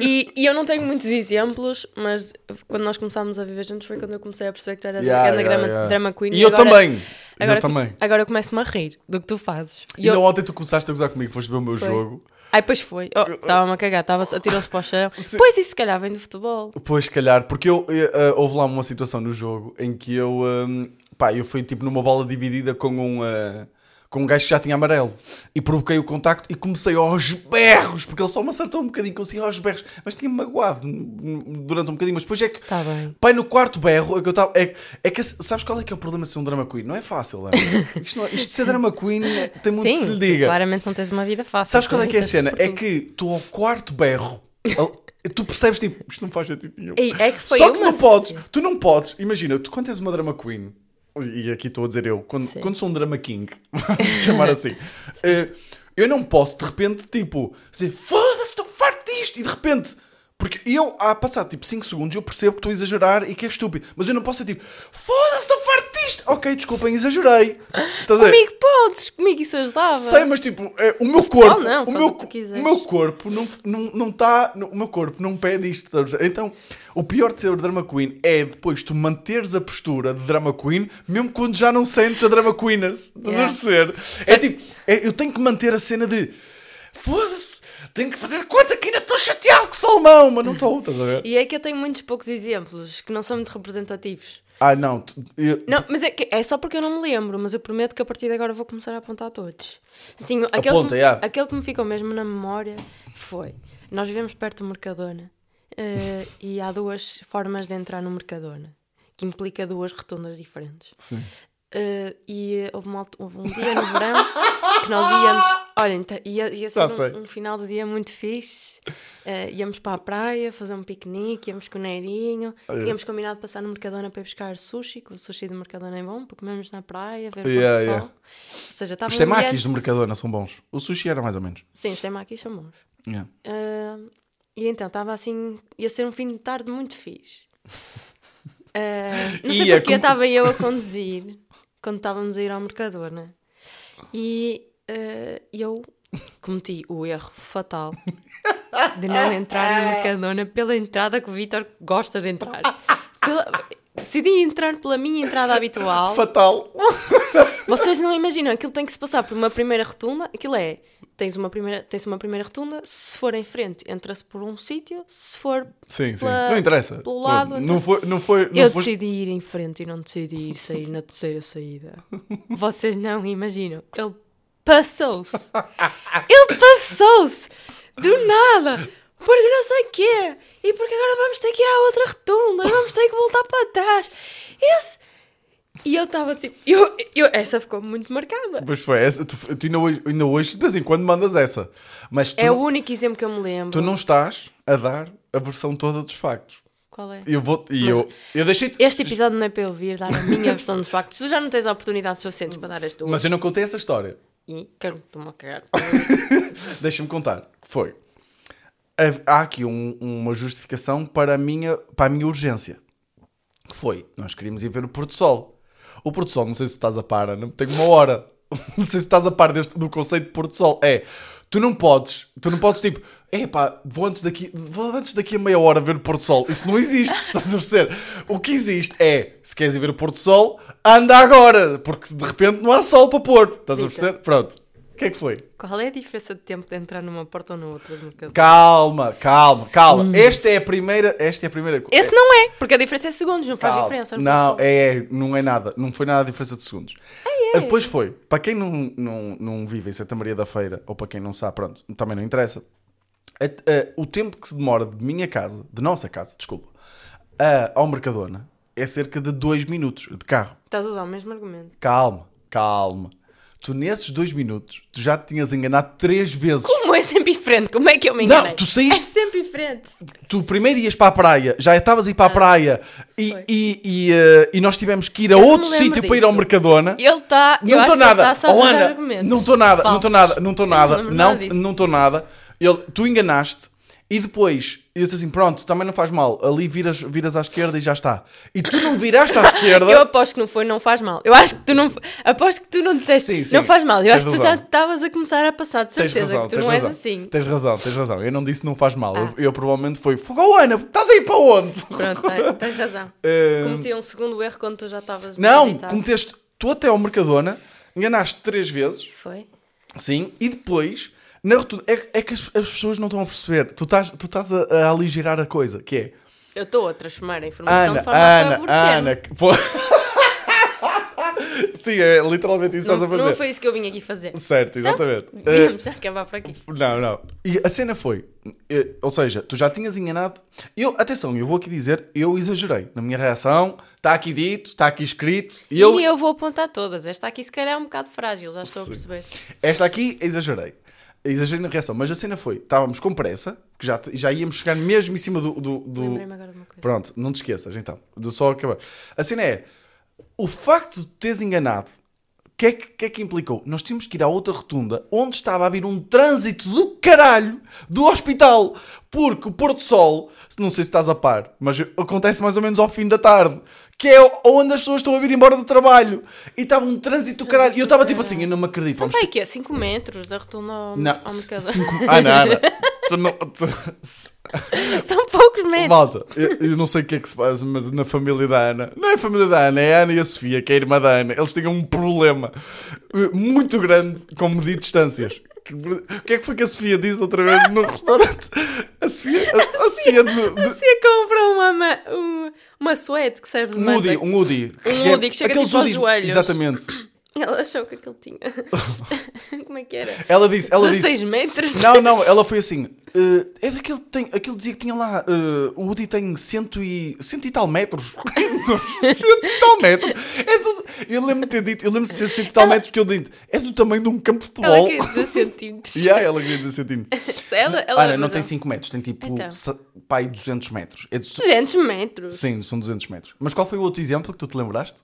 E, e eu não tenho muitos exemplos, mas quando nós começámos a viver juntos foi quando eu comecei a perceber que tu eras
Yeah,
uma grande
yeah,
grama-
yeah.
drama queen.
E eu
agora-
também. Eu
Agora,
também.
Agora eu começo-me a rir do que tu fazes. E
Ainda
eu...
ontem tu começaste a gozar comigo, foste ver o meu
Foi.
jogo.
Ai, pois foi. Oh, Estava-me a cagar, estava atirou-se para o chão. Pois isso se calhar vem do futebol.
Pois, se calhar, porque eu, eh, eh, houve lá uma hum, situação no jogo em que eu, eh, pá, eu fui tipo numa bola dividida com um, eh, com um gajo que já tinha amarelo. E provoquei o contacto e comecei aos berros, porque ele só me acertou um bocadinho, consegui aos berros, mas tinha-me magoado hum, hum, durante um bocadinho. Mas depois é que.
Tá bem.
Pai, no quarto berro, é que eu estava. É, é que sabes qual é que é o problema de ser um drama queen? Não é fácil, Ana. Isto, não- isto de ser drama queen é, tem muito que se
Sim,
lhe
tu
diga.
claramente não tens uma vida fácil.
Sabes qual é que é a
Tu-
cena? É que tu ao quarto berro, ao- tu percebes tipo, isto não faz sentido nenhum.
Ei, é que foi
Só que
uma
não podes,
cena.
tu não podes, imagina, tu quando és uma drama queen, e aqui estou a dizer eu, quando,
Sim.
quando sou um drama king, vamos chamar assim, eh, eu não posso de repente tipo, dizer foda-se, estou farto disto, e de repente. Porque eu, a passar tipo 5 segundos, eu percebo que estou a exagerar e que é estúpido. Mas eu não posso ser tipo, foda-se, estou farto disto. Ok, desculpem, exagerei. Estás a ver?
Comigo podes, comigo isso ajudava.
Sei, mas tipo, é, o meu corpo.
não,
o,
faz
meu,
o que tu quiseres.
o meu corpo não está. Não, não tá- não- o meu corpo não pede isto. sabes? Então, o pior de ser drama queen é depois tu manteres a postura de drama queen, mesmo quando já não sentes a drama queen. Estás a
Yeah.
perceber? É tipo, é, eu tenho que manter a cena de. Foda-se, tenho que fazer conta que ainda estou chateado com salmão, mas não estou, estás a ver?
E é que eu tenho muitos poucos exemplos que não são muito representativos.
Ah, não. tu- eu-
Não, mas é, que- é só porque eu não me lembro, mas eu prometo que a partir de agora vou começar a apontar todos. Assim, aquele,
Aponta,
que, me-
já.
aquele que me ficou mesmo na memória foi: nós vivemos perto do Mercadona eh, e há duas formas de entrar no Mercadona, que implica duas rotundas diferentes.
Sim.
Eh, e eh, houve, uma alt- houve um dia no verão que nós íamos. Olha, então, ia, ia ser
Já
um-
sei.
um, final de dia muito fixe. Eh, íamos para a praia fazer um piquenique, íamos com o Neirinho.
Olha.
Tínhamos combinado passar no Mercadona para ir buscar sushi, que o sushi do Mercadona é bom, porque comemos na praia, ver o
Yeah,
pôr do sol.
yeah.
Ou seja, estava
Os
um ambiente-
temakis do é Mercadona são bons. O sushi era mais ou menos.
Sim, os temakis são bons.
Yeah.
Ah, e então estava assim, ia ser um fim de tarde muito fixe. Ah, não sei
Ia,
porque
como-
estava eu a conduzir quando estávamos a ir ao Mercadona e ah, eu cometi o erro fatal de não entrar no Mercadona pela entrada que o Vitor gosta de entrar. Pela- Decidi entrar pela minha entrada habitual.
Fatal.
Vocês não imaginam, aquilo tem que se passar por uma primeira rotunda, aquilo é, tens uma primeira, tens uma primeira rotunda, se for em frente, entra-se por um sítio, se for...
Sim, sim.
pela-
Não interessa.
pelo lado,
Pronto, não
interessa.
foi, não foi, não
Eu
foste-
decidi ir em frente e não decidi ir sair na terceira saída. Vocês não imaginam, ele passou-se. Ele passou-se! Do nada! Porque não sei quê! E porque agora vamos ter que ir à outra rotunda, vamos ter que voltar para trás. E, não se- E eu estava tipo, eu, eu, essa ficou muito marcada.
Pois foi, essa, tu, tu ainda, hoje, ainda hoje de vez em quando mandas essa. Mas tu,
É o
não-
único exemplo que eu me lembro.
tu não estás a dar a versão toda dos factos.
Qual é?
Eu vou. E
Mas-
eu, eu deixei-te.
Este episódio não é para eu vir dar a minha versão dos factos. Tu já não tens oportunidades suficientes para dar as tuas.
Mas eu não contei essa história.
E quero-me a cagar.
Deixa-me contar. Foi. Há- Há aqui um- uma justificação para a, minha, para a minha urgência. Que foi, nós queríamos ir ver o pôr do sol. O pôr do sol, não sei se estás a par, Ana, tem uma hora. Não sei se estás a par deste, do conceito de pôr do sol. É, tu não podes, tu não podes tipo, epá, vou antes daqui, vou antes daqui a meia hora ver o pôr do sol. Isso não existe, estás a perceber? O que existe é, se queres ir ver o pôr do sol, anda agora, porque de repente não há sol para pôr. Estás a
Rita.
perceber? Pronto. O que é que foi?
Qual é a diferença de tempo de entrar numa porta ou na outra do mercado?
Calma, calma, calma. Esta é a primeira. Esta é a primeira co-
Esse não é, porque a diferença é segundos, não faz Ah, é?
Calma.
diferença.
Não,
pode ser.
é, é, não é nada. Não foi nada a diferença de segundos. Ah, Depois foi. Para quem não, não, não vive em Santa Maria da Feira, ou para quem não sabe, pronto, também não interessa. A- a- o tempo que se demora de minha casa, de nossa casa, desculpa, a- ao Mercadona é cerca de 2 minutos de carro.
Estás a usar o mesmo argumento.
Calma, calma. Tu nesses dois minutos, tu já te tinhas enganado três vezes.
Como é sempre diferente? Como é que eu me
Não,
enganei?
tu saíste-
É sempre diferente.
tu primeiro ias para a praia, já estavas a ir para a
Ah,
praia e, e, e, eh, e nós tivemos que ir a
não
outro
me lembro
sítio para ir ao
disto.
Mercadona.
Ele tá- está.
Não estou nada, Oh, Ana, não estou nada, não estou nada, não estou nada, não não estou nada. Ele, tu enganaste e depois eu disse assim: pronto, também não faz mal, ali viras, viras à esquerda e já está. E tu não viraste à esquerda.
Eu aposto que não foi, não faz mal. Eu acho que tu não. Aposto que tu não disseste.
Sim, sim.
Não faz mal. Eu
Tens
acho que tu
razão.
já estavas a começar a passar, de
Tens
certeza,
razão,
que tu
tens
não
razão.
és assim. Ah.
Tens razão, tens razão. Eu não disse não faz mal. Eu, eu provavelmente foi Fogão Ana, estás aí para onde?
Pronto, tá, tens, tens razão.
Eh,
Cometi um segundo erro quando tu já estavas.
Não,
meditado.
cometeste tu até ao Mercadona, enganaste três vezes,
Foi?
sim, e depois, na rotunda, é, é que as, as pessoas não estão a perceber, tu estás, tu estás a, a aligerar a coisa, que é
Eu estou a é?" transformar a informação
Ana,
de forma a
Ana,
favorecer.
Ana, que- pô- Sim, é literalmente isso que estás
Não,
a fazer.
não foi isso que eu vim aqui fazer.
Certo, exatamente. Eh,
Devíamos já acabar por aqui.
Não, não. E a cena foi, eh, ou seja, tu já tinhas enganado. Eu, atenção, eu vou aqui dizer, eu exagerei na minha reação. Está aqui dito, está aqui escrito. E eu,
E eu vou apontar todas. Esta aqui, se calhar, é um bocado frágil, já estou a
Sim.
perceber.
esta aqui exagerei. Exagerei na reação, mas a cena foi, estávamos com pressa, que já, te- já íamos chegar mesmo em cima do- do- do,
Lembrei-me agora de uma coisa.
Pronto, não te esqueças então. Do só acabar. A cena é: o facto de te teres enganado, o que, é que, que é que implicou? Nós tínhamos que ir à outra rotunda onde estava a vir um trânsito do caralho do hospital. Porque o Porto Sol, não sei se estás a par, mas acontece mais ou menos ao fim da tarde. Que é onde as pessoas estão a vir embora do trabalho. E estava um trânsito do caralho. E eu estava tipo assim, eu não me acredito.
São
vamos
bem que é 5 metros da rotunda ao,
não,
ao
c-
mercado.
cinco... Ah, nada. tu não, tu...
São poucos metros.
Malta, eu, eu não sei o que é que se faz, mas na família da Ana, não é a família da Ana, é a Ana e a Sofia, que é a irmã da Ana, eles tinham um problema eh, muito grande com medir distâncias. Que- O que é que foi que a Sofia disse outra vez no restaurante? A Sofia, a, a Sofia de, de-
Você compra uma, ma- uma, uma suéte que serve de
um Udi,
manta.
um Udi.
Um Udi que chega
aqueles
tipo aos
Udis-
joelhos.
Exatamente.
Ela achou que aquilo tinha. Como é que era?
Ela disse, ela disse,
16 metros?
Não, não, ela foi assim. "Eh, é daquele que tem. Aquele dizia que tinha lá. eh, o Woody tem cento e. cento e tal metros. cento e tal metros. É do, eu lembro-me de ter dito. Eu lembro-me de ser cento e tal metros porque eu disse. É do tamanho de um campo de
Ela
futebol.
queria 16 centímetros.
E aí ela queria dizer centímetros.
Ela, ela,
Ana, não
mas
tem
ela-
5 metros, tem tipo.
Então.
se- pai, 200 metros. É du-
200 metros.
Sim, são 200 metros. Mas qual foi o outro exemplo que tu te lembraste?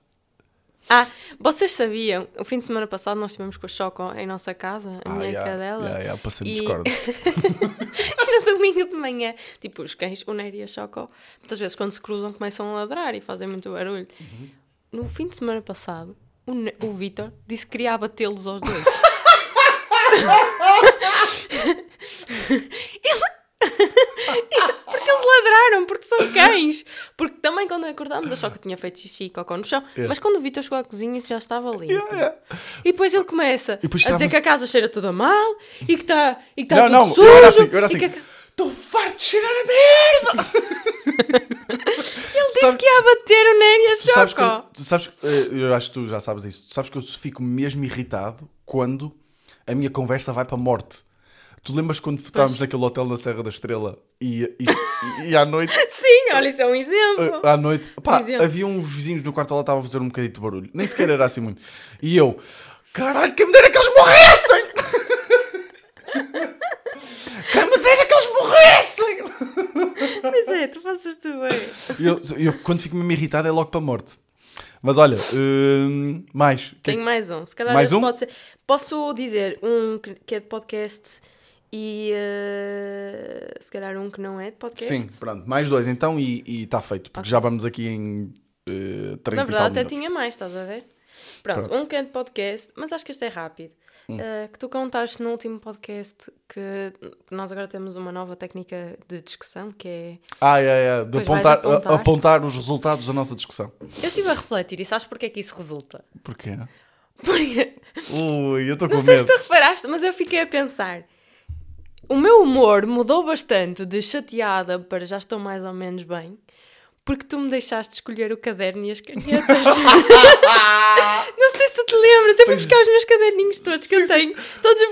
Ah, vocês sabiam? O fim de semana passado nós estivemos com o Choco em nossa casa, a
Ah,
minha
yeah,
cadela.
yeah, yeah, passei-nos
E-
corda.
E no domingo de manhã, tipo, os cães, o Nery e a Choco, muitas vezes quando se cruzam começam a ladrar e fazem muito barulho. No fim de semana passado, o, Ne- o Vitor disse que queria abatê-los aos dois. Ele- porque eles ladraram, porque são cães. Porque também quando acordámos, a Choco tinha feito xixi e cocó no chão. Mas quando o Vitor chegou à cozinha, isso já estava limpo.
Yeah, yeah.
E depois ele começa
depois
a dizer
estávamos-
que a casa cheira toda mal e que está e que tá
não,
tudo
não,
sujo.
eu era assim, eu era
e
assim.
que a ca-
Estou farto de cheirar a merda!
Ele disse
sabes-
que ia bater o Neri a
Tu sabes que,
Choco.
tu sabes que- eh, eu acho que tu já sabes isso. Tu sabes que eu fico mesmo irritado quando a minha conversa vai para a morte. Tu lembras quando estávamos naquele hotel na Serra da Estrela e, e- e- e à noite,
Sim, olha, isso é um exemplo.
eh, à noite pá,
Por exemplo.
havia uns vizinhos no quarto lá estavam a fazer um bocadinho de barulho. Nem sequer era assim muito. E eu, caralho, quem me dera que eles morressem! quem me dera que eles morressem!
Pois é, tu fazes tu bem.
E eu, eu, quando fico mesmo irritado é logo para a morte. Mas olha, hum, mais. Que-
Tenho mais um. Se calhar
Mais
esse
um?
pode ser. Posso dizer um que que é de podcast e eh, se calhar um que não é de podcast.
Sim, pronto, mais dois então e está feito, porque já vamos aqui em eh, 30
Na
e
verdade,
tal
até
minutos.
tinha mais, estás a ver? Pronto,
Pronto.
um que é de podcast, mas acho que este é rápido. Eh, que tu contaste no último podcast que que nós agora temos uma nova técnica de discussão que é
Ah, é, é, de
Pois vais
apontar,
apontar.
a- apontar os resultados da nossa discussão.
Eu estive a refletir e sabes porque é que isso resulta?
Porquê?
Porque,
Ui, eu estou com
não sei
medo.
se tu reparaste, mas eu fiquei a pensar. O meu humor mudou bastante de chateada para já estou mais ou menos bem, porque tu me deixaste escolher o caderno e as canetas. não sei se tu te lembras, eu fui
Pois-
buscar os meus caderninhos todos que
Sim,
eu
sim.
tenho, todos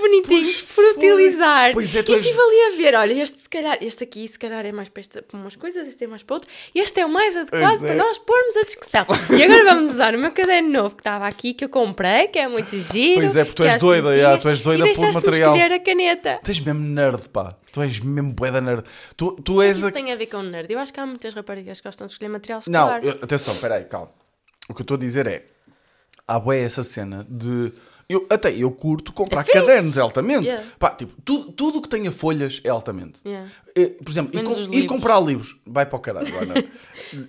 Pois
bonitinhos, por
foi.
utilizar.
Pois é, tu
e
és-
estive ali a ver, olha, este se calhar, este aqui se calhar é mais para, esta- para umas coisas, este é mais para outro, e este é o mais adequado
Pois é.
para nós nós pormos a discussão. E agora vamos usar o meu caderno novo que estava aqui, que eu comprei, que é muito giro.
Pois é, porque tu
que
és
as
doida,
pintinhas,
já, tu és doida
e
por
deixaste-me
material.
escolher a caneta.
Tu és mesmo nerd, pá. Tu és mesmo boeda nerd. Tu, tu és.
Isso
a-
tem a ver com nerd. Eu acho que há muitas raparigas que gostam de escolher material
Não,
escolar.
eu- atenção, peraí, calma. O que eu estou a dizer é. Há boé essa cena de. Eu, até eu curto comprar
fixe.
cadernos, é altamente.
Yeah.
Pá, tipo, tudo, tudo o que tenha folhas é altamente.
Yeah.
Eh, Por exemplo, ir,
Menos
com-
os
ir
livros.
comprar livros. Vai para o caralho, vai não.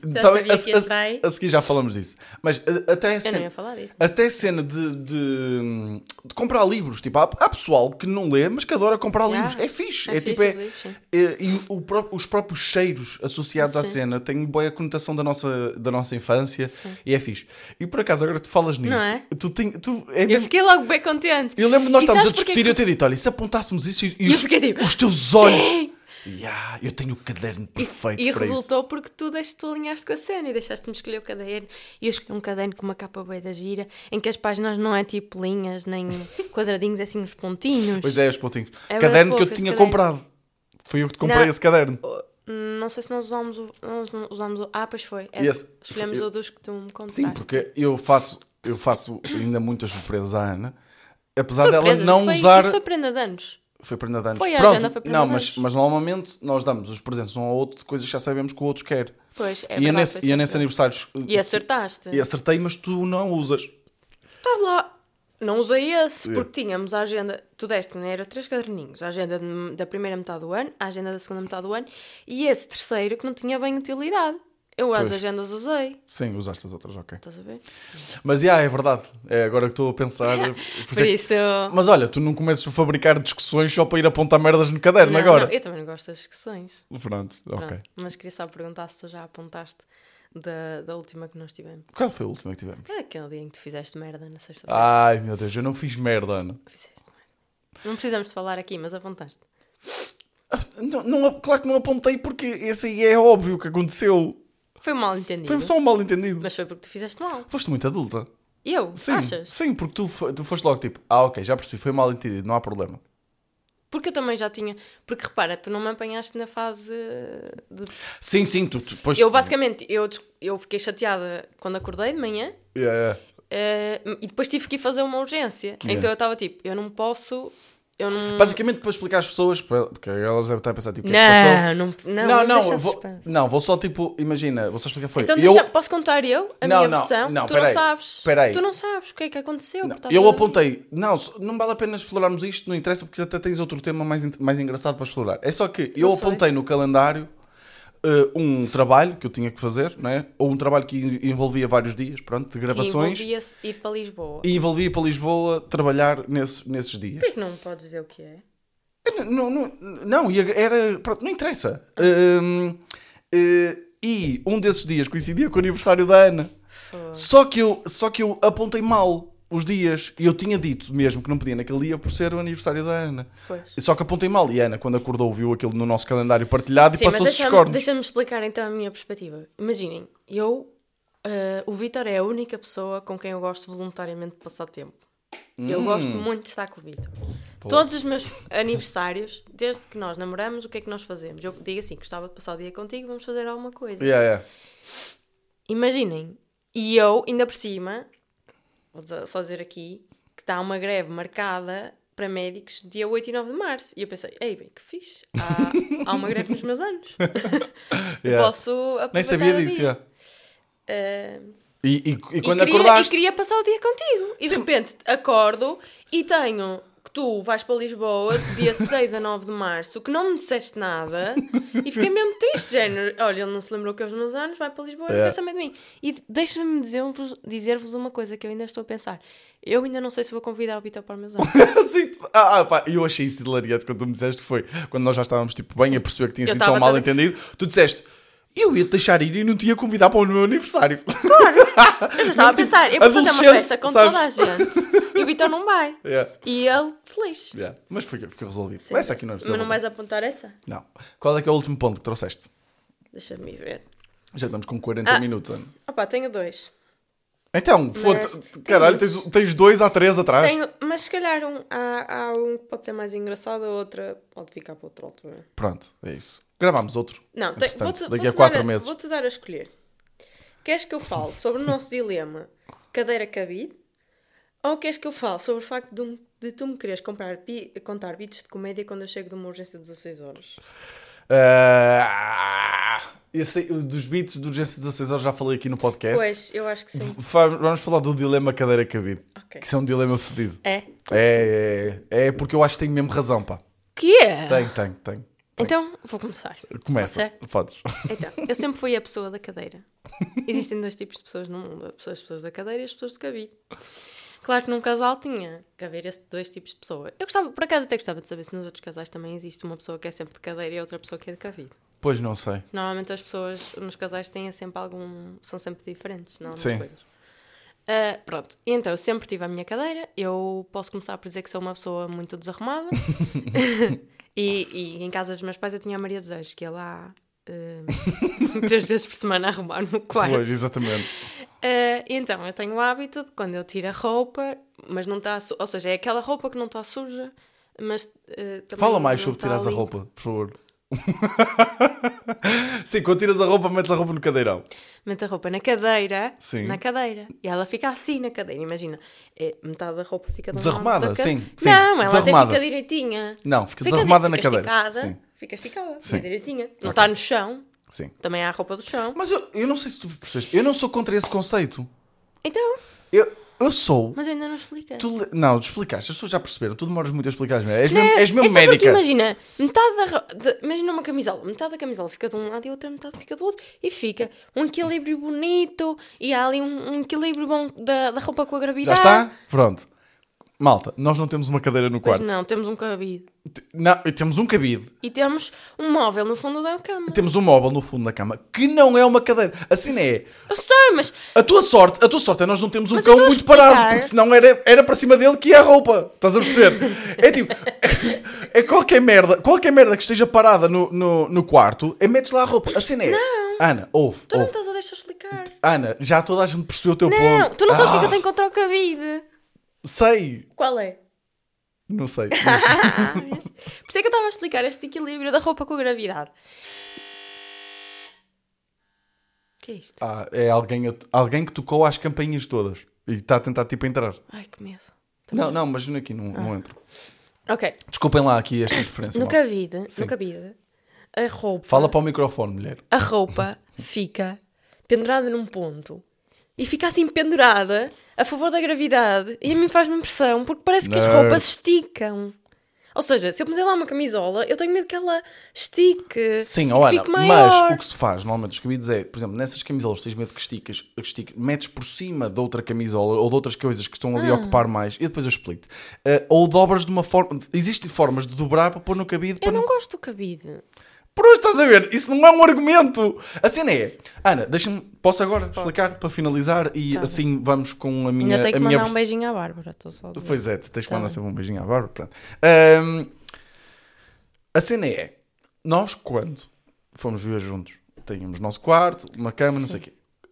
Então,
sabia que ia
a,
para aí.
a seguir já falamos disso. Mas eh, até a
Eu não
cena,
ia falar disso.
até a cena de, de- de comprar livros. Tipo, há, há pessoal que não lê, mas que adora comprar
Yeah.
livros. É fixe.
É
É,
fixe
tipo, é-
os livros, sim.
é- e o pró- os próprios cheiros associados à
Sim.
cena têm boa conotação da nossa, da nossa infância e é fixe. E por acaso, agora tu falas nisso.
Não é?
Tu tem- tu- é
Eu
mesmo-
fiquei logo bem contente.
eu lembro de nós
E
estávamos a
sabes porque é
discutir e eu
que-
ter dito: olha, e se apontássemos isso e, e
E eu
os,
fiquei tipo,
os teus olhos.
Sim!
Ya, eu tenho o caderno
Isso-
perfeito
e
para isso.
resultou porque tu, deixaste, tu alinhaste com a cena e deixaste-me escolher o caderno. E eu escolhi um caderno com uma capa bem da gira, em que as páginas não é tipo linhas, nem quadradinhos, é assim uns pontinhos.
Pois é, os pontinhos.
É
caderno
bem
que eu
fofo
tinha
esse
comprado. Fui eu que te comprei
Não.
esse caderno.
Hum, Não sei se nós usámos o. Nós não usámos o ah, pois foi. É,
Esse-
escolhemos
eu-
o dos que tu me contaste.
Sim, porque eu faço, eu faço ainda muitas surpresas à Ana, apesar
Surpresas,
dela não
isso foi,
usar.
Isso foi prenda de anos.
Foi prenda de anos.
Foi à
Pronto,
agenda, foi prenda
não,
de
mas,
anos.
mas normalmente nós damos os presentes um ao outro de coisas que já sabemos que o outro quer.
Pois, é
e eu
verdade,
nesse,
foi
e eu nesse
surpresa.
aniversário.
E acertaste.
E acertei, mas tu não usas.
Estava lá. Não usei esse,
Yeah.
porque tínhamos a agenda. Tu deste-me, né? era três caderninhos. A agenda de- da primeira metade do ano, a agenda da segunda metade do ano e esse terceiro que não tinha bem utilidade. Eu as
Pois.
agendas usei.
Sim, usaste as outras, ok.
Estás a ver?
Mas já, é verdade. É agora que estou a pensar. por isso é
Por
que-
isso.
Mas olha, tu não começas a fabricar discussões só para ir apontar merdas no caderno
Não,
agora.
não, eu também não gosto das discussões.
Pronto, ok.
Pronto, Mas queria só perguntar se tu já apontaste da, da última que nós tivemos.
Qual foi a última que tivemos?
É aquele dia em que tu fizeste merda na sexta-feira.
Ai meu Deus, eu não fiz merda, Ana.
Fizeste merda. Não precisamos de falar aqui, mas apontaste.
Não, não- claro que não apontei porque esse aí é óbvio que aconteceu.
Foi um mal entendido.
Foi só um mal entendido.
Mas foi porque tu fizeste mal.
Foste muito adulta.
Eu?
Sim,
Achas?
sim, porque tu, fo- tu foste logo tipo, ah ok, já percebi, foi mal entendido, não há problema.
Porque eu também já tinha. Porque repara, tu não me apanhaste na fase de.
Sim, sim, tu, tu pois...
Eu basicamente eu, des- eu fiquei chateada quando acordei de manhã
Yeah, yeah.
eh, e depois tive que ir fazer uma urgência.
Yeah.
Então eu estava tipo, eu não posso. Eu não.
Basicamente para explicar às pessoas, para- porque elas devem estar a pensar tipo, o que é que se passou?
Não, não, não,
não,
não,
eu
não
vou, não, vou só tipo, imagina, vou só explicar foi.
Então
eu
deixa- posso contar eu a
Não,
minha
não,
versão?
não,
tu
peraí,
não sabes.
peraí.
Tu não sabes o que é que aconteceu. porque está
eu
tudo ali.
apontei, não, só- não vale a pena explorarmos isto, não interessa, porque até tens outro tema mais, in- mais engraçado para explorar. É só que eu
Não sei.
apontei no calendário eh, um trabalho que eu tinha que fazer, não é? ou um trabalho que en- envolvia vários dias, pronto, de
Que
gravações,
envolvia se ir para Lisboa.
e envolvia para Lisboa trabalhar nesses, nesses dias.
Por que não me podes dizer o que é?
Eu Não, não, não, e era. Pronto, não interessa. Hum, eh, e um desses dias coincidia com o aniversário da Ana.
Fogo.
Só que eu, só que eu apontei mal os dias. E eu tinha dito mesmo que não podia naquele dia por ser o aniversário da Ana.
Pois.
Só que apontei mal. E a Ana, quando acordou, viu aquilo no nosso calendário partilhado e
Sim, mas
passou-se os
deixa-me
cornos.
deixa explicar então a minha perspectiva. Imaginem, eu, eh, o Vitor é a única pessoa com quem eu gosto voluntariamente de passar tempo. Eu gosto muito de estar com o Vitor. Todos os meus aniversários, desde que nós namoramos, o que é que nós fazemos? Eu digo assim: gostava de passar o dia contigo, vamos fazer alguma coisa.
Yeah, yeah.
Imaginem. E eu, ainda por cima, vou dizer- só dizer aqui, que está uma greve marcada para médicos dia 8 e 9 de março. E eu pensei, ei, bem, que fixe. Há, há uma greve nos meus anos. Eu
Yeah.
Posso aproveitar
Nem sabia
o
disso.
dia.
yeah.
Ah,
E, e- e
e,
quando
queria, e
acordaste.
queria passar o dia contigo. E de repente acordo e tenho que tu vais para Lisboa de dia 6 a 9 de março, que não me disseste nada, e fiquei mesmo triste, género. Olha, ele não se lembrou que é os meus anos, vai para Lisboa e
Yeah.
pensa bem de mim. E deixa-me dizer-vos dizer uma coisa que eu ainda estou a pensar. Eu ainda não sei se vou convidar o Vitor para os meus anos.
Sim, ah, ah, pá, eu achei isso hilariante quando tu me disseste que foi quando nós já estávamos tipo, bem a perceber que tinha
Eu
sido só um
estava
mal
toda-
entendido. Tu disseste, eu ia te deixar ir e não te ia convidar para o meu aniversário. Tipo,
Eu já estava a pensar, eu vou fazer uma
adolescente,
festa com toda a gente e o Vitor não vai.
Yeah,
E ele se lixa.
yeah. Mas foi, ficou resolvido. essa aqui não é
Mas não vais apontar essa?
Não. Qual é que é o último ponto que trouxeste?
Deixa-me ver.
Já estamos com 40
Ah.
minutos, Ana.
Opa, tenho dois.
Então, foda-se.
tem
Caralho,
muitos.
tens, tens dois a três atrás.
Tenho, mas se calhar um, há, há um que pode ser mais engraçado, a outra pode ficar para outra altura.
Pronto, é isso. Gravámos outro.
Não, te,
Entretanto,
vou-te
daqui
vou-te
a quatro
dar
meses.
Vou-te dar a escolher. Queres que eu fale sobre o nosso dilema cadeira cabide? Ou queres que eu fale sobre o facto de, um- de tu me quereres comprar pi- contar bits de comédia quando eu chego de uma urgência de 16 horas?
Ah, eu sei, dos beats do Urgência 16 horas já falei aqui no podcast.
Pois, eu acho que sim.
Fa- Vamos falar do dilema cadeira cabide.
Ok.
Que isso é um dilema fedido.
É?
É, é, é porque eu acho que tenho mesmo razão, pá.
Que é?
Tenho, tenho, tenho.
Então, vou começar.
Começa.
Pode
Podes.
Então, eu sempre fui a pessoa da cadeira. Existem dois tipos de pessoas no mundo: as pessoas, as pessoas da cadeira e as pessoas de cabide. Claro que num casal tinha que haver esses dois tipos de pessoa. Eu gostava, por acaso, até gostava de saber se nos outros casais também existe uma pessoa que é sempre de cadeira e outra pessoa que é de cabide.
Pois não sei.
Normalmente as pessoas nos casais têm sempre algum. são sempre diferentes, não? Nas
Sim.
coisas. Ah, pronto, E então eu sempre tive a minha cadeira. Eu posso começar por dizer que sou uma pessoa muito desarrumada. E, e em casa dos meus pais eu tinha a Maria dos Anjos, que ia lá eh, três vezes por semana arrumar no quarto.
Pois, exatamente.
Eh, então, eu tenho o hábito de quando eu tiro a roupa, mas não está. Ou seja, é aquela roupa que não está suja, mas. eh, também
Fala mais
não
sobre
tá
tirares a
limpa.
roupa, por favor. Sim, quando tiras a roupa, metes a roupa no cadeirão.
Mete a roupa na cadeira,
Sim.
na cadeira. E ela fica assim na cadeira, imagina. eh, metade da roupa fica de um lado
Desarrumada,
da ca-
sim, sim,
Não, ela até
desarrumada.
fica direitinha.
Não, fica
Fica,
desarrumada
di-
na
fica
cadeira.
Esticada,
Sim,
Fica esticada, fica
Sim.
direitinha. Não
Ok.
está no chão,
sim.
também há a roupa do chão.
Mas eu, eu não sei se tu percebes. Eu não sou contra esse conceito.
Então,
Eu, eu sou.
mas eu ainda não explica.
Tu le- não, tu explicaste, as pessoas já perceberam. Tu demoras muito a explicar as merdas. És
Não,
mesmo, és mesmo
é só
médica.
porque imagina, metade da, ro- de- imagina uma camisola, metade da camisola fica de um lado e a outra metade fica do outro e fica um equilíbrio bonito e há ali um, um equilíbrio bom da, da roupa com a
Já
gravidade.
está? Pronto. Malta, nós não temos uma cadeira no
Ah. Pois
quarto.
não, temos um cabide.
T- Não, temos um cabide,
E temos um móvel no fundo da cama.
temos um móvel no fundo da cama que não é uma cadeira. Assim não é.
Eu sei, mas
A tua sorte, a tua sorte é nós não temos um
Mas eu
cão
estou a
muito parado,
explicar.
porque senão era, era para cima dele que ia a roupa. Estás a perceber? é tipo, é, qualquer merda, qualquer merda que esteja parada no, no, no quarto, é metes lá a roupa. Assim não é. Ana, ouve,
tu não me
ouve.
estás a deixar explicar.
Ana, já toda a gente percebeu o teu
Não,
ponto.
tu não sabes o que é que eu
Ah,
tenho contra o cabide.
Sei,
Qual é?
não sei.
Ah, vês? Por isso é que eu estava a explicar este equilíbrio da roupa com a gravidade. O que é isto?
Ah, é alguém, a- alguém que tocou às campainhas todas e está a tentar tipo entrar.
Ai, que medo.
Não, não, mas aqui não,
Ah.
não entra.
Ok,
Desculpem lá aqui esta interferência.
no
malta.
cabide,
Sim.
no cabide, a roupa,
Fala para o microfone, mulher.
a roupa fica pendurada num ponto. E fica assim pendurada a favor da gravidade. E a mim faz-me impressão, porque parece que as
Nerd.
roupas esticam. Ou seja, se eu puser lá uma camisola, eu tenho medo que ela estique.
Sim,
e
ó
que
Ana,
fique maior.
mas o que se faz normalmente dos cabides é, por exemplo, nessas camisolas tens medo que esticas, que esticas, metes por cima de outra camisola ou de outras coisas que estão ali
Ah.
a ocupar mais, e depois eu explico ou dobras de uma forma. Existem formas de dobrar para pôr no cabide para
Eu não gosto do cabide.
Por hoje estás a ver? Isso não é um argumento. A cena é. Ana, deixa-me. Posso agora explicar para finalizar e
Tá bem.
assim vamos com a minha.
Ainda tenho que
a minha
mandar
vers-
um beijinho à Bárbara, estou só a dizer.
Pois é, tu tens que
Tá
mandar
bem.
sempre um beijinho à Bárbara. Pronto. Ahm, a cena é: nós, quando fomos viver juntos, tínhamos nosso quarto, uma cama, não sei o quê.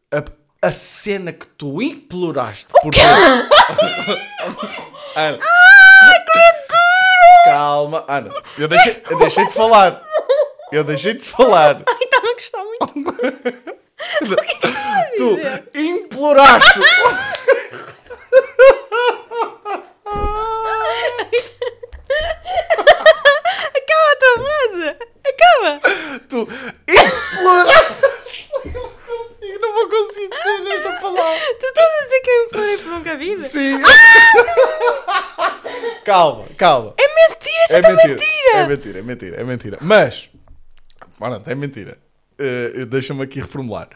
A, a cena que tu imploraste por quê? Ana. Ai, que Calma, Ana. Eu deixei- eu deixei-te falar. Eu deixei-te falar.
Ai, está-me a gostar muito.
é Tu imploraste.
Acaba a tua frase! Acaba!
Tu imploraste. Não consigo, não vou conseguir dizer esta palavra.
Tu estás a dizer que eu implorei por um cabide?
Sim. calma, calma.
É mentira, isso é, tão mentira!
É mentira, é mentira, é mentira. Mas, pronto, é mentira. Eh, Deixa-me aqui reformular.